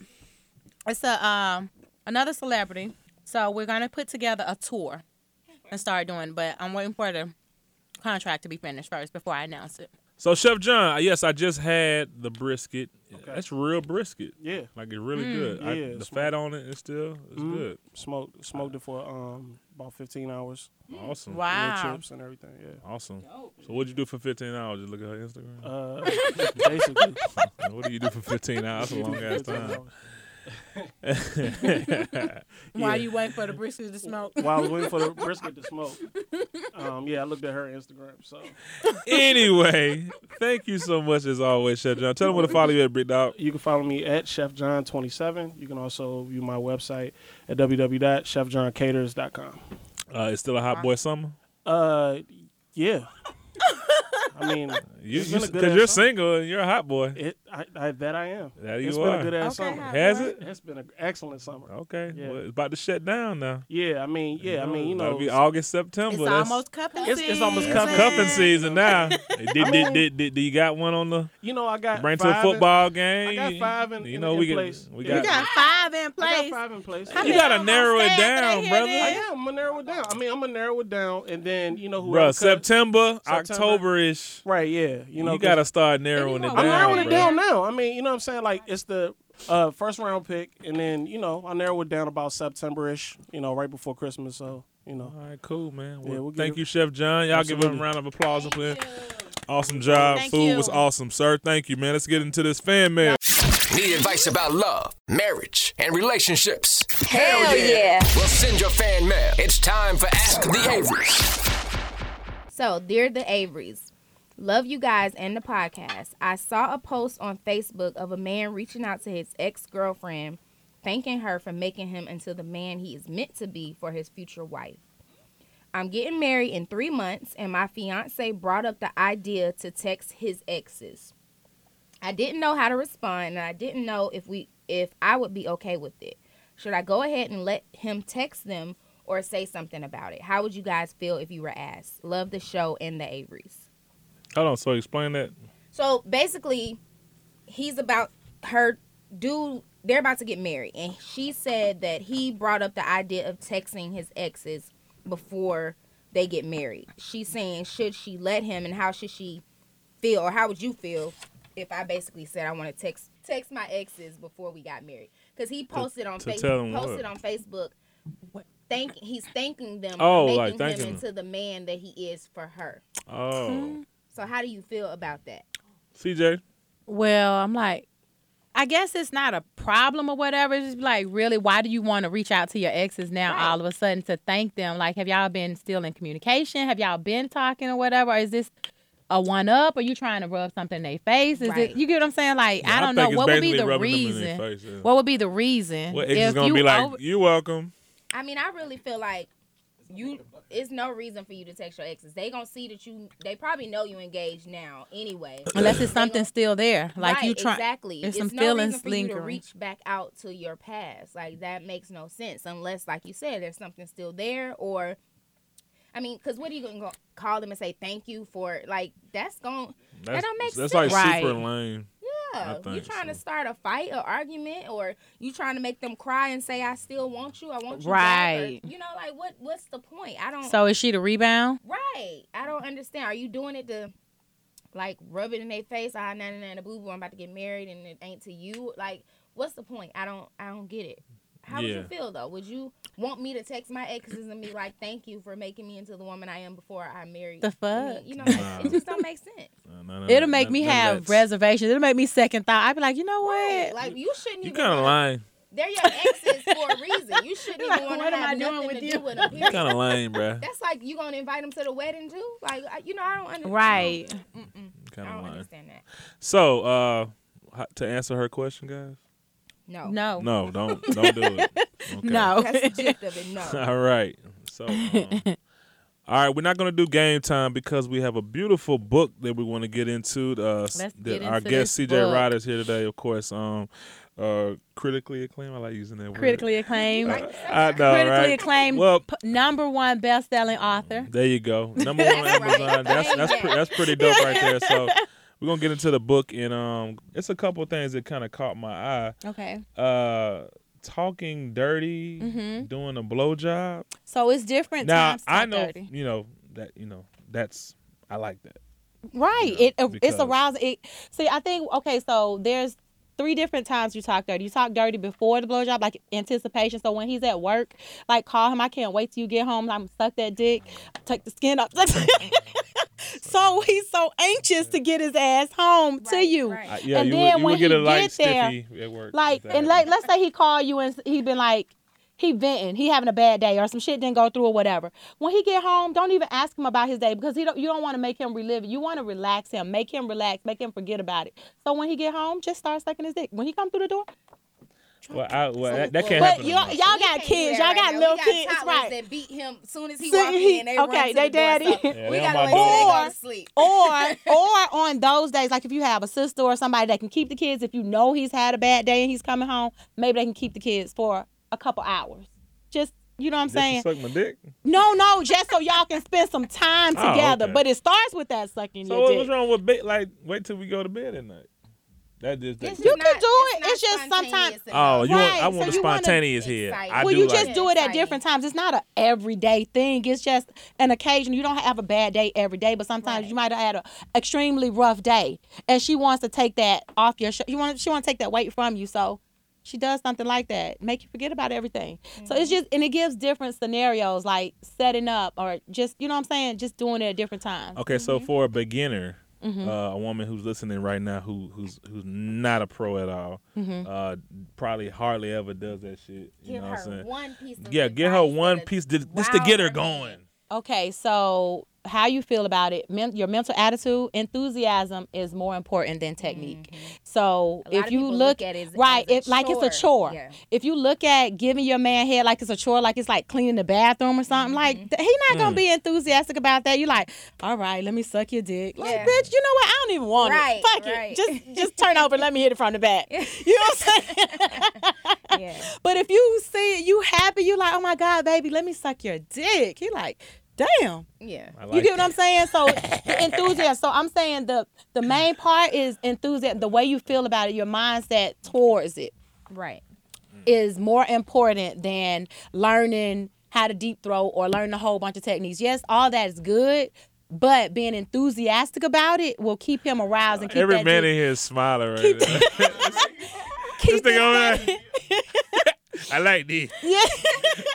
D: it's a um another celebrity, so we're gonna put together a tour and start doing. But I'm waiting for the contract to be finished first before I announce it.
B: So Chef John, yes, I just had the brisket. That's real brisket.
E: Yeah.
B: Like it's really good. I,
E: Yeah,
B: the
E: it's- Mm-hmm.
B: fat on it is still it's good.
E: Smoked smoked it for um about 15 hours.
B: Awesome.
E: Little
D: Wow.
E: chips and everything. Yeah.
B: Awesome. So what'd you do for 15 hours? Just look at her Instagram.
E: Uh, basically.
B: what do you do for 15 hours? That's a long ass
E: 15
B: time.
E: hours.
D: While you waiting for the brisket to smoke.
E: While I was waiting for the brisket to smoke. Um, yeah, I looked at her Instagram. So
B: anyway, thank you so much as always, Chef John. Tell them where to follow you at Brit Dog.
E: you can follow me at Chef John 27. You can also view my website at www.chefjohncaters.com.
B: Uh, it's still a hot boy summer.
E: Uh, yeah. I mean,
B: You,
E: It's
B: you,
E: been a
B: cause
E: good
B: you're
E: ass summer.
B: single and you're a hot boy.
E: it I, I, that I am.
B: That
E: It's
B: you
E: been
B: are.
E: a good ass
D: Okay,
E: summer.
D: hot
B: Has
D: boy.
B: it? Oh.
E: It's been an excellent summer.
B: Okay.
E: Yeah.
B: Well, it's about to shut down now.
E: Yeah, I mean, yeah, I mean, you
B: That'll
E: know,
B: be August, September.
D: It's
B: That's-
D: almost cupping
E: It's-
D: season.
E: it's almost
B: That's
E: cupping.
B: cupping season now. did, did, did, did, do you got one on the
E: you know, I got
B: bring to
E: five
B: a
E: in-
B: football game?
E: I got five in-
B: you
E: in-
B: know
E: in
B: we can
E: place.
B: we
E: Yeah.
B: got,
D: You got five in
E: I got
D: place.
E: five in place.
D: How
B: You
D: many
B: gotta
D: of 'em
B: narrow it
D: stand after they
B: down,
D: hear
B: brother.
E: I
D: this?
E: am. I'm gonna narrow it down. I mean, I'm gonna narrow it down, and then you know who.
B: bruh, September,
E: September.
B: October ish.
E: Right? Yeah. You
B: You,
E: know, 'cause
B: gotta start narrowing it down.
E: I'm narrowing it
B: bruh.
E: down now. I mean, you know what I'm saying? Like it's the uh, first round pick, and then you know I narrow it down about September ish. You know, right before Christmas. So you know,
B: All right, cool, man. Well,
E: Yeah, we'll
B: thank
E: give-
B: you, Chef John. Y'all give him
E: Absolutely.
B: a round of applause. up here. Awesome job.
D: Thank
B: Food
D: you.
B: was awesome, sir. Thank you, man. Let's get into this fan mail.
A: Need advice about love, marriage, and relationships? Hell, Well, send your fan mail. It's time for Ask the Averys.
C: So, dear the Averys, love you guys and the podcast. I saw a post on Facebook of a man reaching out to his ex girlfriend, thanking her for making him into the man he is meant to be for his future wife. I'm getting married in three months, and my fiance brought up the idea to text his exes. I didn't know how to respond, and I didn't know if we if I would be okay with it. Should I go ahead and let him text them or say something about it? How would you guys feel if you were asked? Love the show and the Averys.
B: Hold on. So explain that.
C: So basically, he's about her dude. They're about to get married, and she said that he brought up the idea of texting his exes before they get married. She's saying, should she let him, and how should she feel, or how would you feel if I basically said I want to text text my exes before we got married? Because he posted on
B: to
C: Facebook,
B: tell them what?
C: posted on Facebook. Thank he's thanking them
B: Oh,
C: for making
B: like
C: him
B: thanking them.
C: into the man that he is for her.
B: Oh,
D: Hmm.
C: So how do you feel about that?
B: CJ.
D: Well, I'm like, I guess it's not a problem or whatever. It's just like, really, why do you want to reach out to your exes now
C: Right.
D: all of a sudden to thank them? Like, have y'all been still in communication? Have y'all been talking or whatever? Or is this a one up? Are you trying to rub something in their face? Is
C: Right.
D: it you get what I'm saying? Like,
B: Yeah, I
D: I don't
B: think
D: know
B: it's
D: what would be
B: basically
D: the
B: rubbing them in their
D: reason.
B: face, yeah.
D: What would be the reason
B: What ex is gonna be like?
D: over-
B: you welcome.
C: I mean, I really feel like you. It's no reason for you to text your exes. They gonna see that you. They probably know you engaged now anyway.
D: unless it's
C: They gonna-
D: something still there, like
C: right,
D: you try
C: exactly.
D: there's
C: It's
D: some
C: no
D: feelings
C: reason for you
D: lingering.
C: to reach back out to your past. Like that makes no sense unless, like you said, there's something still there or. I mean, because what are you going to call them and say thank you for? Like, that's going to,
B: That's,
C: don't make
B: That's
C: sense.
B: like super
D: Right.
B: lame.
C: yeah.
B: think
C: You trying to
B: so.
C: start a fight or argument or you trying to make them cry and say, I still want you, I want you
D: Right.
C: back. Or, you know, like, what? what's the point? I don't.
D: So is she the rebound?
C: Right. I don't understand. Are you doing it to like rub it in their face? Ah, nah, nah, nah, nah, boo boo. I'm about to get married, and it ain't to you. Like, what's the point? I don't. I don't get it. How would you
B: Yeah.
C: feel though? Would you want me to text my exes and be like, "Thank you for making me into the woman I am before I married"?
D: The
C: I mean,
D: fuck?
C: You know,
B: Nah.
C: it just don't make sense.
B: Nah, nah, nah,
D: It'll
B: nah,
D: make
B: nah,
D: me
B: nah,
D: have
B: that's-
D: reservations. It'll make me second thought. I'd be like, you know
C: Right.
D: what?
C: Like, you shouldn't.
B: You
C: even
B: kind of
C: wanna-
B: lying.
C: They're your exes for a reason. You shouldn't
D: Like,
C: even want
D: what
C: to
D: am I
C: have
D: doing
C: nothing
D: with
C: to
D: you?
C: do with them.
B: You
C: period.
B: kind of lame, bruh.
C: That's like you gonna invite them to the wedding too? Like, I- you know, I don't understand.
D: Right.
C: I
B: Kind
C: don't
B: of lame.
C: understand that.
B: So, uh, ho- to answer her question, guys.
C: No.
D: No.
B: No, don't don't do it. Okay.
D: No.
C: That's the gist of it. No.
B: All right. So, um, all right, we're not going to do game time because we have a beautiful book that we want to get into. Uh, s-
D: Let's
B: that
D: get
B: our
D: into
B: guest
D: this
B: CJ
D: book.
B: Ryder is here today, of course. Um, uh, critically acclaimed. I like using that word.
D: Critically acclaimed.
B: I know,
D: critically
B: right?
D: acclaimed
B: Well,
D: p- number one best-selling author.
B: There you go. Number one on
C: That's right.
B: Amazon. That's that's
C: Amen.
B: pre- that's pretty dope right there. So we're gonna get into the book and um, it's a couple of things that kind of caught my
D: Mm-hmm. Okay.
B: eye. Uh, talking dirty,
D: Mm-hmm.
B: doing a blowjob.
D: So it's different
B: Now
D: times. to
B: I know
D: 30.
B: you know that you know that's I like that.
D: Right.
B: Yeah,
D: it uh,
B: because-
D: it's arousing. It, see, I think okay. So there's three different times you talk dirty. You talk dirty before the blowjob, like anticipation. So when he's at work, like call him. I can't wait till you get home. I'm suck that dick, take the skin up. so he's so anxious to get his ass home to
C: Right,
D: you.
C: right.
B: I, yeah,
D: And
B: you
D: then
B: would, you
D: when
B: would get
D: he
B: a light
D: get there,
B: stiffy at work.
D: Like
B: if that
D: and like,
B: happened.
D: let's say he called you and he been like, he venting, he having a bad day or some shit didn't go through or whatever. When he get home, don't even ask him about his day because he don't. You don't want to make him relive it. You want to relax him, make him relax, make him forget about it. So when he get home, just start sucking his dick. When he come through the door,
B: well, I, well, that, that can't
D: but
B: happen.
D: y'all,
B: to
D: y'all
B: me.
D: got
C: can't do
D: kids, y'all
C: that
D: got
C: right now.
D: little
C: we
D: kids,
C: got toddlers
D: right?
C: That beat him soon as he
D: Soon
C: walk
D: he-
C: in. They
D: okay,
C: run to
D: they
C: the door,
D: daddy.
C: so
B: Yeah,
C: we
B: they
C: gotta
B: on my
C: wait till they
D: door.
C: go to sleep.
D: or or on those days, like if you have a sister or somebody that can keep the kids, if you know he's had a bad day and he's coming home, maybe they can keep the kids for a couple hours. Just you know what I'm
B: Just to
D: saying?
B: suck my dick.
D: No, no, just so y'all can spend some time
B: Oh,
D: together.
B: okay.
D: But it starts with that sucking
B: So
D: your
B: what
D: dick.
B: was wrong with ba- like wait till we go to bed at night? That just that,
C: It's
D: You
C: not-
D: can do it.
C: not
D: It's just sometimes-
C: spontaneous enough.
B: oh you want I
D: Right,
B: want
D: so
B: the
D: you wanna-
B: spontaneous here. I
C: Exciting.
D: well,
B: do
D: you
B: like
D: just
B: it.
D: do it at
C: Exciting.
D: different times. It's not an everyday thing. It's just an occasion. You don't have a bad day every day, but sometimes
C: Right.
D: you might have had an extremely rough day, and she wants to take that off your. Sh- you want she want to take that weight from you, so she does something like that, make you forget about everything. So
C: Mm-hmm.
D: it's just and it gives different scenarios, like setting up or just you know what I'm saying, just doing it at different times.
B: Okay, so for a beginner,
D: Mm-hmm.
B: uh, a woman who's listening right now who who's who's not a pro at all,
D: Mm-hmm.
B: uh, probably hardly ever does that shit. You
C: Give
B: know what I'm
C: her
B: saying?
C: one piece. Of
B: yeah, get her
C: advice
B: one
C: that'll
B: piece to, just to
C: wow
B: get her
C: man.
B: going.
D: Okay, so how you feel about it, men- your mental attitude, enthusiasm is more important than technique. So
C: Mm-hmm. A lot
D: if
C: of
D: you
C: people
D: look,
C: look at it as-
D: right,
C: as a
D: it, like it's a
C: chore.
D: chore.
C: Yeah.
D: If you look at giving your man head like it's a chore, like it's like cleaning the bathroom or something, like
C: Mm-hmm.
D: th- he not gonna be enthusiastic about that. You like, all right, let me suck your dick, like
C: Yeah.
D: bitch. You know what? I don't even want
C: Right,
D: it. Fuck
C: right.
D: it. Just just turn over. and Let me hit it from the back. You know what I'm saying?
C: Yeah.
D: But if you see it, you happy, you like, oh my God, baby, let me suck your dick. He like, damn.
C: Yeah.
B: I
D: you
B: like
D: get what
B: that.
D: I'm saying? So the enthusiasm. So I'm saying the the main part is enthusiasm, the way you feel about it, your mindset towards it
C: Right.
B: Mm.
D: is more important than learning how to deep throw or learning a whole bunch of techniques. Yes, all that is good, but being enthusiastic about it will keep him aroused and keep
B: Every
D: that
B: man
D: dick-
B: in here is smiling right now. this
D: keep
B: thing
D: that-
B: over there. I like this.
C: We
B: I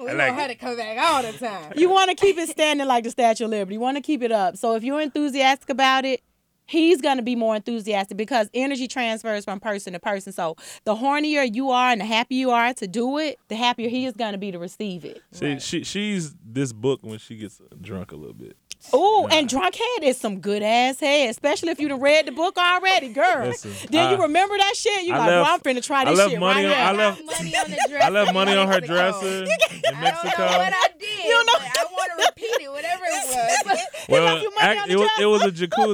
C: want her
B: like
C: to
B: it.
C: come back all the time.
D: you want to keep it standing like the Statue of Liberty. You want to keep it up. So if you're enthusiastic about it, he's gonna be more enthusiastic because energy transfers from person to person. So the hornier you are and the happier you are to do it, the happier he is gonna be to receive it.
B: See, she she's this book when she gets drunk a little bit.
D: Ooh, and drunk head is some good ass head, especially if you done read the book already, girl.
B: Listen,
D: then
B: I-
D: you remember that shit. You
B: I
D: like, well, I'm
B: left-
D: finna try
B: I
D: this
B: left
D: shit
B: money
D: right
B: on- I
D: now.
B: left-
C: money on the dresser.
B: I left money on her
C: Mexico.
B: dresser in Mexico.
C: I don't know what I did.
D: You know-
C: but I want to repeat it, whatever it was.
B: well,
D: your money
B: act-
D: on the
B: it, was, it
D: dresser.
B: was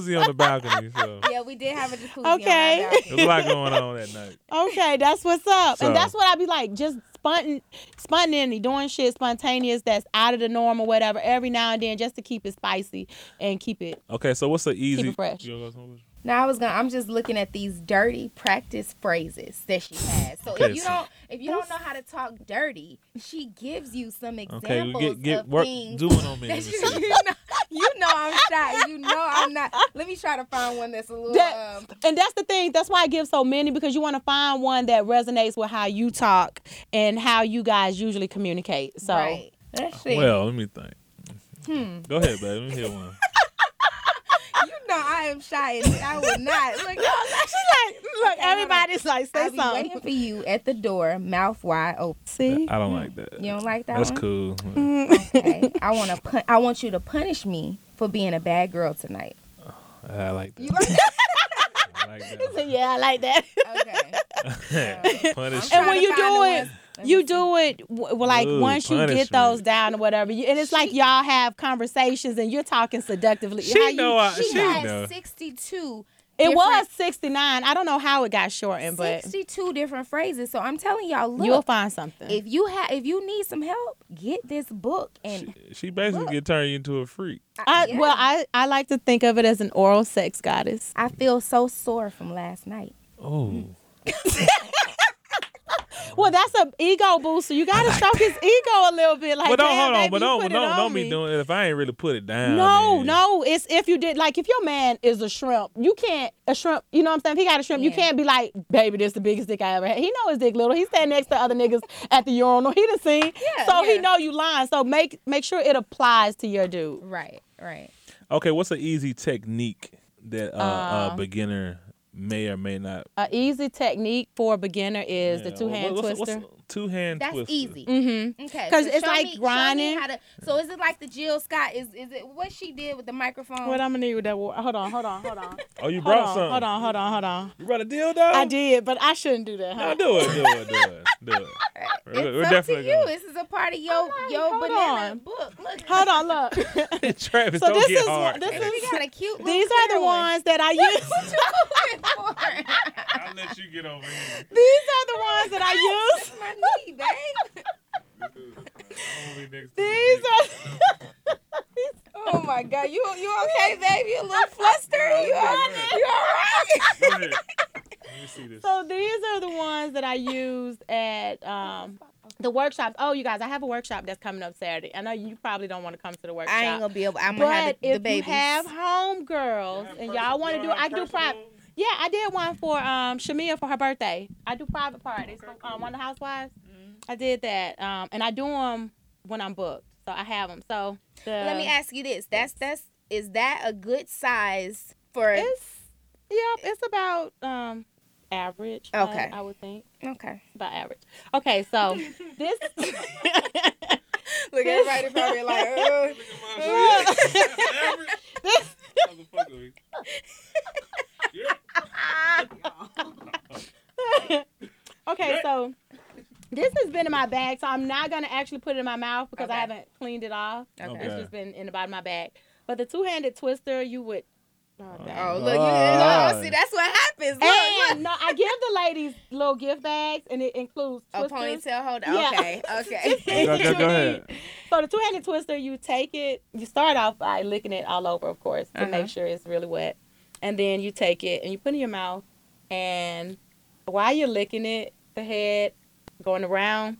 B: a jacuzzi on the balcony, so
C: yeah, we did have a jacuzzi. on
D: Okay.
C: our balcony.
B: there's a lot going on that night.
D: Okay, that's what's up.
B: So-
D: And that's what I be like, just spont- spontaneity, doing shit spontaneous that's out of the norm or whatever every now and then just to keep it spicy and keep it.
B: Okay, so what's the easy?
D: fresh.
B: You wanna go somewhere?
C: Now I was gonna. I'm just looking at these dirty practice phrases that she has. So
B: Okay,
C: if you
B: so-
C: don't, if you don't know how to talk dirty, she gives you some examples
B: Okay, we get get
C: of
B: work
C: things.
B: doing on me.
C: that
B: let me
C: you,
B: see.
C: you, know, you know I'm shy. You know I'm not. Let me try to find one that's a little.
D: That,
C: um,
D: and that's the thing. That's why I give so many because you want to find one that resonates with how you talk and how you guys usually communicate. So
C: right. That's it.
B: Well, let me think.
D: Hmm.
B: Go ahead, babe. Let me hear one.
C: you know I am shy. And I will not look.
D: She's like, look, everybody's like, say
C: I'll be
D: something.
C: waiting for you at the door, mouth wide open.
D: See?
B: I don't like that.
C: You don't like that
B: That's
C: one?
B: cool.
D: Mm-hmm.
C: Okay. I want to. Pun- I want you to punish me for being a bad girl tonight.
B: I like that.
C: You like that?
B: I like that.
D: Yeah, I like that.
C: Okay.
B: Punish
D: and
C: trying
D: when
C: to
D: you
C: find the
D: do it,
C: ones- let
D: you
C: me
D: do it w- w- like
B: Ooh,
D: once you
B: punishment.
D: get those down or whatever, you, and it's like y'all have conversations and you're talking seductively.
B: She
D: How you-
B: know I-
C: She
B: She know.
C: had 62.
D: it
C: different-
D: was 69. I don't know how it got shortened, but
C: 62 different phrases. So I'm telling y'all, look.
D: you'll find something.
C: if you have, if you need some help, get this book and
B: She, she basically get turned into a freak.
D: I,
C: yeah.
D: Well, I, I like to think of it as an oral sex goddess.
C: I feel so sore from last night.
B: Oh,
D: Mm. Well, that's a ego booster. You got to stroke his ego a little bit. Like,
B: but don't
D: "Damn,
B: hold on.
D: baby,
B: But
D: you
B: don't
D: put it
B: don't,
D: on
B: don't be
D: me."
B: doing it if I ain't really put it down.
D: No,
B: then.
D: no. It's if you did like if your man is a shrimp, you can't a shrimp. You know what I'm saying? If he got a shrimp, you
C: Yeah.
D: can't be like, baby, this the biggest dick I ever had. He know his dick little. He stand next to other niggas at the urinal. He done seen.
C: Yeah,
D: so
C: yeah.
D: he know you lying. So make make sure it applies to your dude.
C: Right, right.
B: Okay, what's an easy technique that uh, a beginner may or may not?
D: A easy technique for a beginner is the
B: Yeah,
D: two hand
B: what- what's- what's
D: twister.
B: a Two-hand
C: That's
B: twister.
C: easy. Mm-hmm. Okay.
D: 'Cause
C: so
D: it's
C: show
D: like
C: me- show me
D: grinding.
C: how to- so is it like the Jill Scott? Is is it what she did with the microphone? Uh,
D: What I'm gonna need with that? wa- Hold on, hold on, hold on,
B: Oh, you
D: hold
B: brought
D: on,
B: something.
D: hold on, hold on, hold on.
B: You brought a dildo.
D: I did, but I shouldn't do that.
B: No,
D: Huh?
B: do it, do it, do it, do it. We're,
C: it's
B: we're
C: up
B: definitely
C: to you. This is a part of your your
D: hold
C: banana
D: on.
C: book. Look,
D: Hold on, look.
B: gonna. Travis,
D: So
B: don't
D: this
B: get
D: is
B: hard.
D: this
C: we
D: is
C: got a cute. little
D: these are
C: clear
D: the
C: one.
D: ones that I use.
B: I'll let you get over here.
D: These are the ones that I use.
C: My knee, babe.
D: These are.
C: Oh my God, you you okay, babe? You a little flustered? You all, you all right?
B: Go ahead. Let me see this.
D: So these are the ones that I used at um, the workshops. Oh, you guys, I have a workshop that's coming up Saturday. I know you probably don't want to come to the workshop.
C: be able. I'm
D: but if you have homegirls and y'all want to do, I do private. Yeah, I did one for um Shamia for her birthday. I do private parties for um, one of the housewives. I did that, um, and I do them when I'm booked. So I have them. So the,
C: Let me ask you this. That's that's is that a good size for?
D: It's yep. It's about um average. uh,
C: Okay.
D: I would think
C: okay.
D: about average. Okay, so this
C: Look, everybody probably like, oh.
D: okay, so this has been in my bag, so I'm not gonna actually put it in my mouth because I
C: Okay.
D: haven't cleaned it off.
C: Okay.
D: It's just been in the bottom of my bag. But the two-handed twister, you would. Oh, that-
C: Oh, look, you,
B: God.
C: oh, see, that's what happens. Oh, Look, look.
D: And no, I give the ladies little gift bags, and it includes
C: A
D: twisters.
C: ponytail holder.
D: Yeah.
C: Okay, okay.
B: Go, go, go ahead.
D: So the two-handed twister, you take it. You start off by licking it all over, of course, to make sure it's really wet, and then you take it and you put it in your mouth. And while you're licking it, the head going around,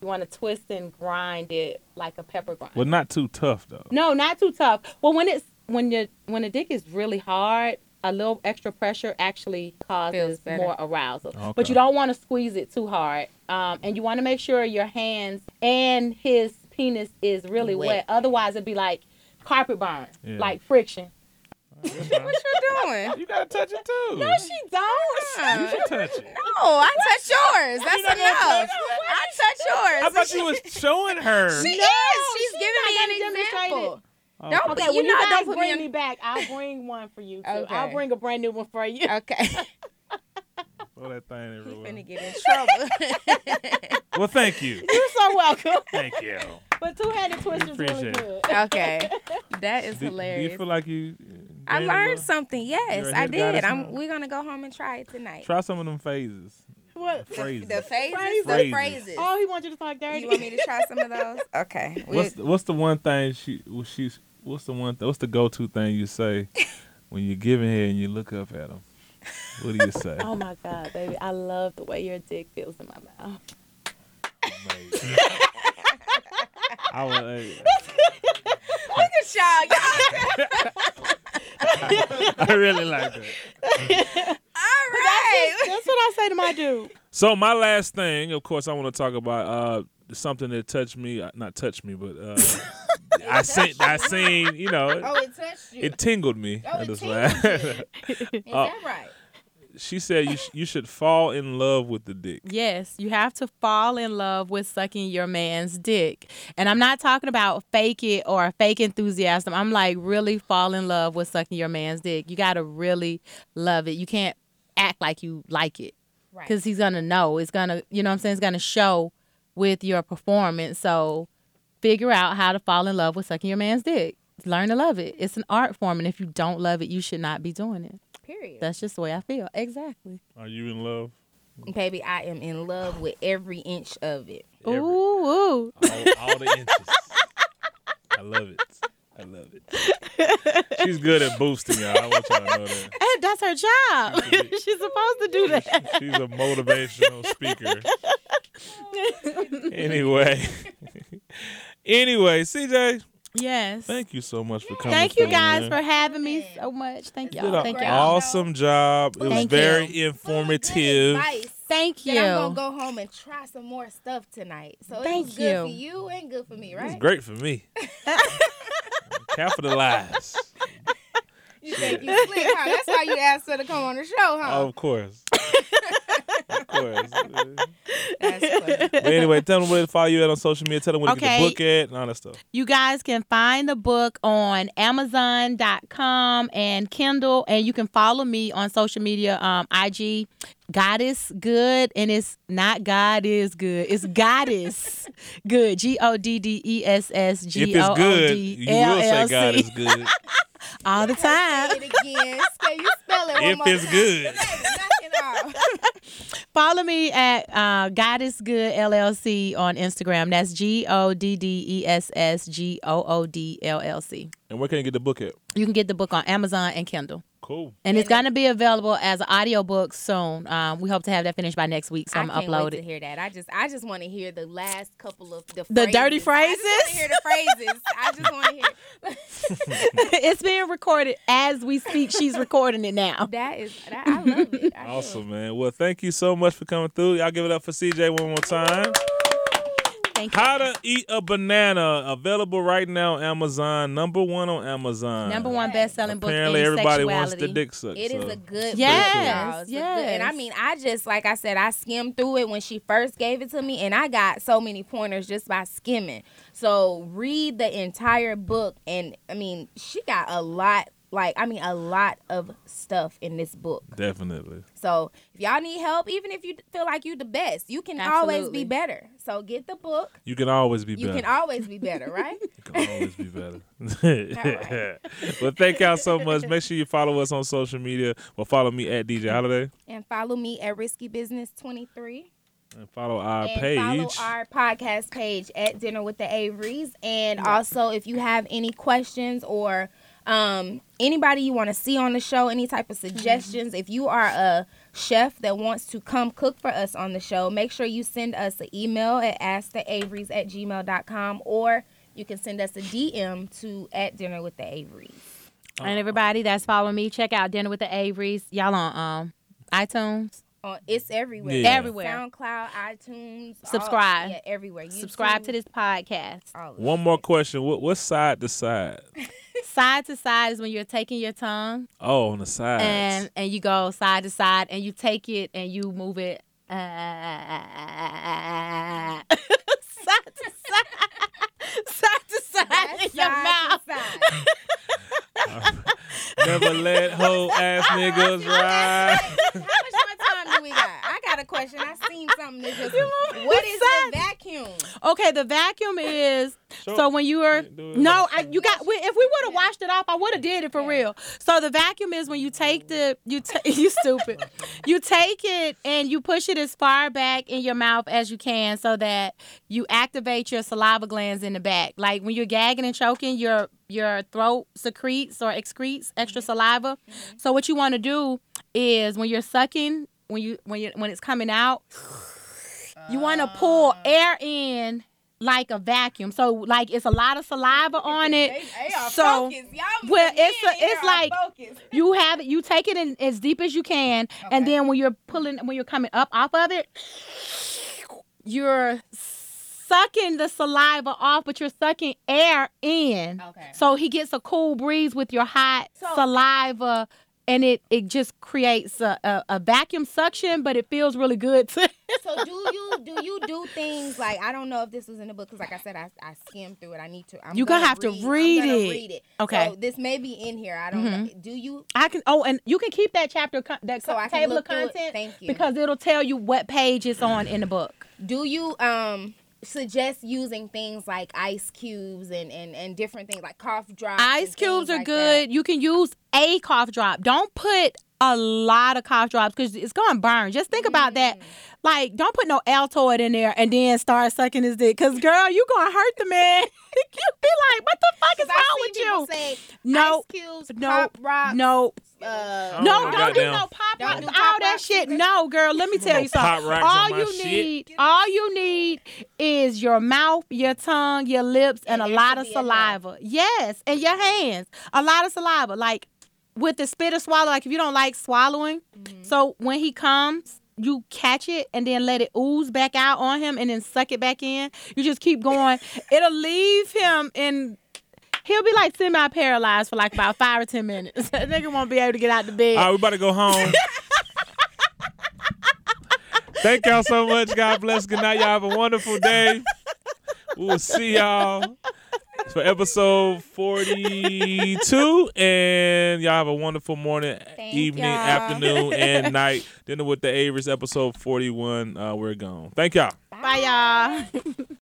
D: you want to twist and grind it like a pepper grind.
B: Well, not too tough though.
D: No, not too tough. Well, when it's when your when the dick is really hard, a little extra pressure actually
C: Feels
D: causes
C: better.
D: more arousal.
B: Okay.
D: But you don't want to squeeze it too hard, um, and you want to make sure your hands and his penis is really wet.
C: Wet.
D: Otherwise, it'd be like carpet burn,
B: Yeah.
D: like friction.
C: what you doing?
B: You gotta touch it too.
C: She don't.
B: you should touch it.
C: No, I touch yours. That's
B: not gonna touch
C: enough. I touch yours.
B: I thought you was showing her. Oh,
C: She
D: No,
C: is. She's
D: she's
C: giving
D: not
C: me
D: gonna
C: an
D: demonstrate
C: example.
B: Okay.
C: Don't
D: Okay,
C: put, you
D: when you
C: know, I
D: guys
C: don't put me
D: bring
C: in.
D: me back, I'll bring one for you too.
C: Okay.
D: I'll bring a brand new one for you.
C: Okay.
B: Throw that thing everywhere.
C: Finna get in trouble.
B: Well, thank you.
D: You're so welcome.
B: Thank you.
D: but two-handed twist is really
B: Appreciate
D: good.
B: it.
C: okay. That is
B: Do, do
C: hilarious.
B: you feel like you? uh,
C: I
B: gained a
C: learned
B: little-
C: something. Yes,
B: You're a
C: I
B: head goddess
C: did.
B: now.
C: I'm. We're gonna go home and try it tonight.
B: Try some of them phases.
D: What?
B: Phrases.
C: The phases, the
B: Phrases.
C: phrases.
D: Oh, he wants you to talk dirty.
C: You want me to try some of those? Okay. We-
B: What's the, what's the one thing she well, she's what's the one th- what's the go to thing you say when you're giving here and you look up at them? What do you say?
D: Oh my God, baby, I love the way your dick feels in my mouth.
B: Amazing. I would, hey,
C: Look at y'all. Y'all
B: I really like that.
C: all right.
D: That's what I say to my dude.
B: So my last thing, of course, I want to talk about uh, something that touched me. uh, Not touched me, but uh, I seen. I seen. You know, it, uh,
C: Oh, it touched you.
B: tingled me.
C: Oh, it
B: That's
C: tingled
B: why-
C: Is that right?
B: she said you sh- you should fall in love with the dick.
D: Yes, you have to fall in love with sucking your man's dick. And I'm not talking about fake it or fake enthusiasm. I'm like really fall in love with sucking your man's dick. You got to really love it. You can't act like you like it.
C: Right.
D: Cuz he's going to know. It's going to, you know what I'm saying, it's going to show with your performance. So figure out how to fall in love with sucking your man's dick. Learn to love it. It's an art form and if you don't love it, you should not be doing it.
C: Period.
D: That's just the way I feel. Exactly.
B: Are you in love?
C: Baby, I am in love with every inch of it.
B: Every-
D: Ooh, ooh.
B: all, all the inches. I love it. I love it. She's good at boosting y'all. I want y'all to know that.
D: Hey, that's her job. She's supposed to do that.
B: She's a motivational speaker. anyway. anyway, CJ,
D: Yes.
B: thank you so much for coming.
D: Thank you
B: through,
D: guys
B: man.
D: for having me so much. Thank
B: You did
D: y'all.
B: an
D: Thank y'all.
B: awesome job. It was
D: Thank
B: very
D: you.
B: informative.
C: Advice.
D: Thank
C: Then I'm gonna
D: you.
C: go home and try some more stuff tonight. So
D: Thank
C: it's good
D: you.
C: for you and good for me,
B: It's
C: right?
B: great for me. Capitalize.
C: You think you slick, huh? That's why you asked her to come on the show,
D: Oh.
C: huh?
B: Of course. of course.
C: That's funny.
B: But anyway, tell them where to follow you at on social media. Tell them where to get the
D: Okay.
B: book at and all that stuff.
D: You guys can find the book on Amazon.com and Kindle, and you can follow me on social media, um, IG, Goddess Good, and it's not God is good, it's Goddess Good, G O D D E S S
B: If
D: G O
B: it's
D: O
B: good,
D: D
B: you will say
D: L
B: God
D: L
B: is
D: C
B: good.
D: all the time.
C: Say it again. Can you spell
D: Oh
C: it one
B: if
C: more
B: it's
C: time?
B: good.
C: Baby, knock it off.
D: Follow me at uh, Goddess Good LLC on Instagram. That's G O D D E S S G O O D L L C.
B: And where can you get the book at?
D: You can get the book on Amazon and Kindle.
B: Cool.
D: And it's going to be available as an audiobook soon. Um, we hope to have that finished by next week, so
C: I
D: I'm
C: can't
D: upload
C: wait to
D: it.
C: hear that. I just I just want to hear the last couple of the
D: The dirty
C: I just wanna hear the phrases. I just want to hear.
D: it's being recorded as we speak. She's recording it now.
C: That is that, I love it. I do.
B: Awesome, man. Well, thank you so much for coming through. Y'all give it up for CJ one more time.
D: Thank you.
B: How to Eat a Banana, available right now on Amazon. Number one on Amazon.
D: Number one best selling book.
B: Apparently,
D: in
B: everybody
D: sexuality.
B: wants the dick sucked.
C: It is
B: so.
C: a good
D: Yes,
C: book, y'all. It's a good- and I
D: yes.
C: mean, I just like I said, I skimmed through it when she first gave it to me, and I got so many pointers just by skimming. So read the entire book, and I mean, she got a lot. Like I mean, a lot of stuff in this book.
B: Definitely.
C: So if y'all need help, even if you feel like you the best, you can always be
D: Absolutely.
C: better. So get the book.
B: You can always be
C: You
B: better.
C: can always be better, right?
B: It can always be better. well, thank y'all so much. Make sure you follow us on social media. Well, follow me at DJ Holiday
C: and follow me at Risky Business Twenty Three.
B: and follow our
C: and
B: page.
C: follow our podcast page at Dinner with the Averys. And also, if you have any questions or um, anybody you want to see on the show, any type of
D: Mm-hmm.
C: suggestions, if you are a chef that wants to come cook for us on the show, make sure you send us an email at asktheaverys at gmail.com or you can send us a DM to at Dinner with the Averys.
D: And everybody that's following me, check out Dinner with the Averys. Y'all on um, iTunes.
C: On, Uh, it's everywhere.
B: Yeah.
D: Everywhere.
C: SoundCloud, iTunes. all-
D: Subscribe.
C: yeah, everywhere.
D: Subscribe to
C: YouTube,
D: this podcast.
C: all of it.
B: One more question. What what's side to side?
D: side to side is when you're taking your tongue
B: Oh, on the sides.
D: and and you go side to side and you take it and you move it uh, side to side, side to side in your mouth.
B: Never let hoe ass niggas ride.
C: How much more time do we got? I got a question. I seen something that just. What is
D: side.
C: the vacuum?
D: Okay, the vacuum is
B: Sure.
D: so when you are
B: Do it
D: no,
B: like
D: I, you got. we- If we would have washed it off, I would have did it for real. So the vacuum is when you take the you ta- you stupid, you take it and you push it as far back in your mouth as you can, so that you activate your saliva glands in the back. Like when you're gagging and choking, your your throat secretes or excretes extra saliva. So what you want to do is when you're sucking, when you when you when it's coming out, you want to pull air in like a vacuum. So like it's a lot of saliva on it. so well, it's a, it's like you have it. You take it in as deep as you can, and then when you're pulling, when you're coming up off of it, you're sucking the saliva off, but you're sucking air in.
C: Okay.
D: So he gets a cool breeze with your hot
C: So-
D: saliva. And it, it just creates a, a, a vacuum suction, but it feels really good too.
C: So do you do you do things like I don't know if this was in the book because like I said I, I skimmed through it. I need to. I'm
D: You gonna
C: gonna
D: have to
C: I'm
D: read
C: gonna
D: it.
C: Read it.
D: Okay. Mm-hmm.
C: So this may be in here. I don't. know. Do you?
D: I can. Oh, and you can keep that chapter con- that
C: So
D: co-
C: I can
D: table of
C: look through it.
D: content.
C: Thank you.
D: Because it'll tell you what page it's on in the book.
C: Do you um suggest using things like ice cubes and and and different things like cough drops? and
D: Ice cubes
C: things
D: are
C: like
D: good.
C: that?
D: You can use a cough drop. Don't put a lot of cough drops because it's gonna burn. Just think about that.
C: Mm.
D: Like, don't put no Altoid in there and then start sucking his dick. Cause girl, you gonna hurt the man. you be like, what the fuck is
C: 'Cause
D: wrong
C: I
D: with
C: see people
D: you?
C: say
D: No.
C: ice cubes,
D: no,
C: pop rocks,
D: no,
C: uh,
B: Oh,
D: No, don't do
B: goddamn.
D: no pop
C: Don't
D: rocks.
C: do
D: All
C: pop
D: that
C: rocks
D: shit.
C: either?
D: No, girl. Let me tell you
B: pop
D: something.
B: rocks
D: All
B: on my
D: you
B: shit.
D: need, all you need is your mouth, your tongue, your lips,
C: And
D: and, a
C: there
D: lot
C: should
D: of
C: be enough.
D: saliva. Yes, and your hands. A lot of saliva. Like with the spit or swallow. Like if you don't like swallowing, so when he comes. You catch it and then let it ooze back out on him and then suck it back in. You just keep going. It'll leave him in he'll be like semi paralyzed for like about five or ten minutes. that nigga won't be able to get out the bed.
B: All right, we about to go home. Thank y'all so much. God bless. Good night. Y'all have a wonderful day. We will see y'all for episode 42. And y'all have a wonderful morning,
C: Thank
B: evening,
C: y'all.
B: afternoon, and night. Dinner with the Avers, episode 41. Uh, we're gone. Thank y'all.
D: Bye y'all.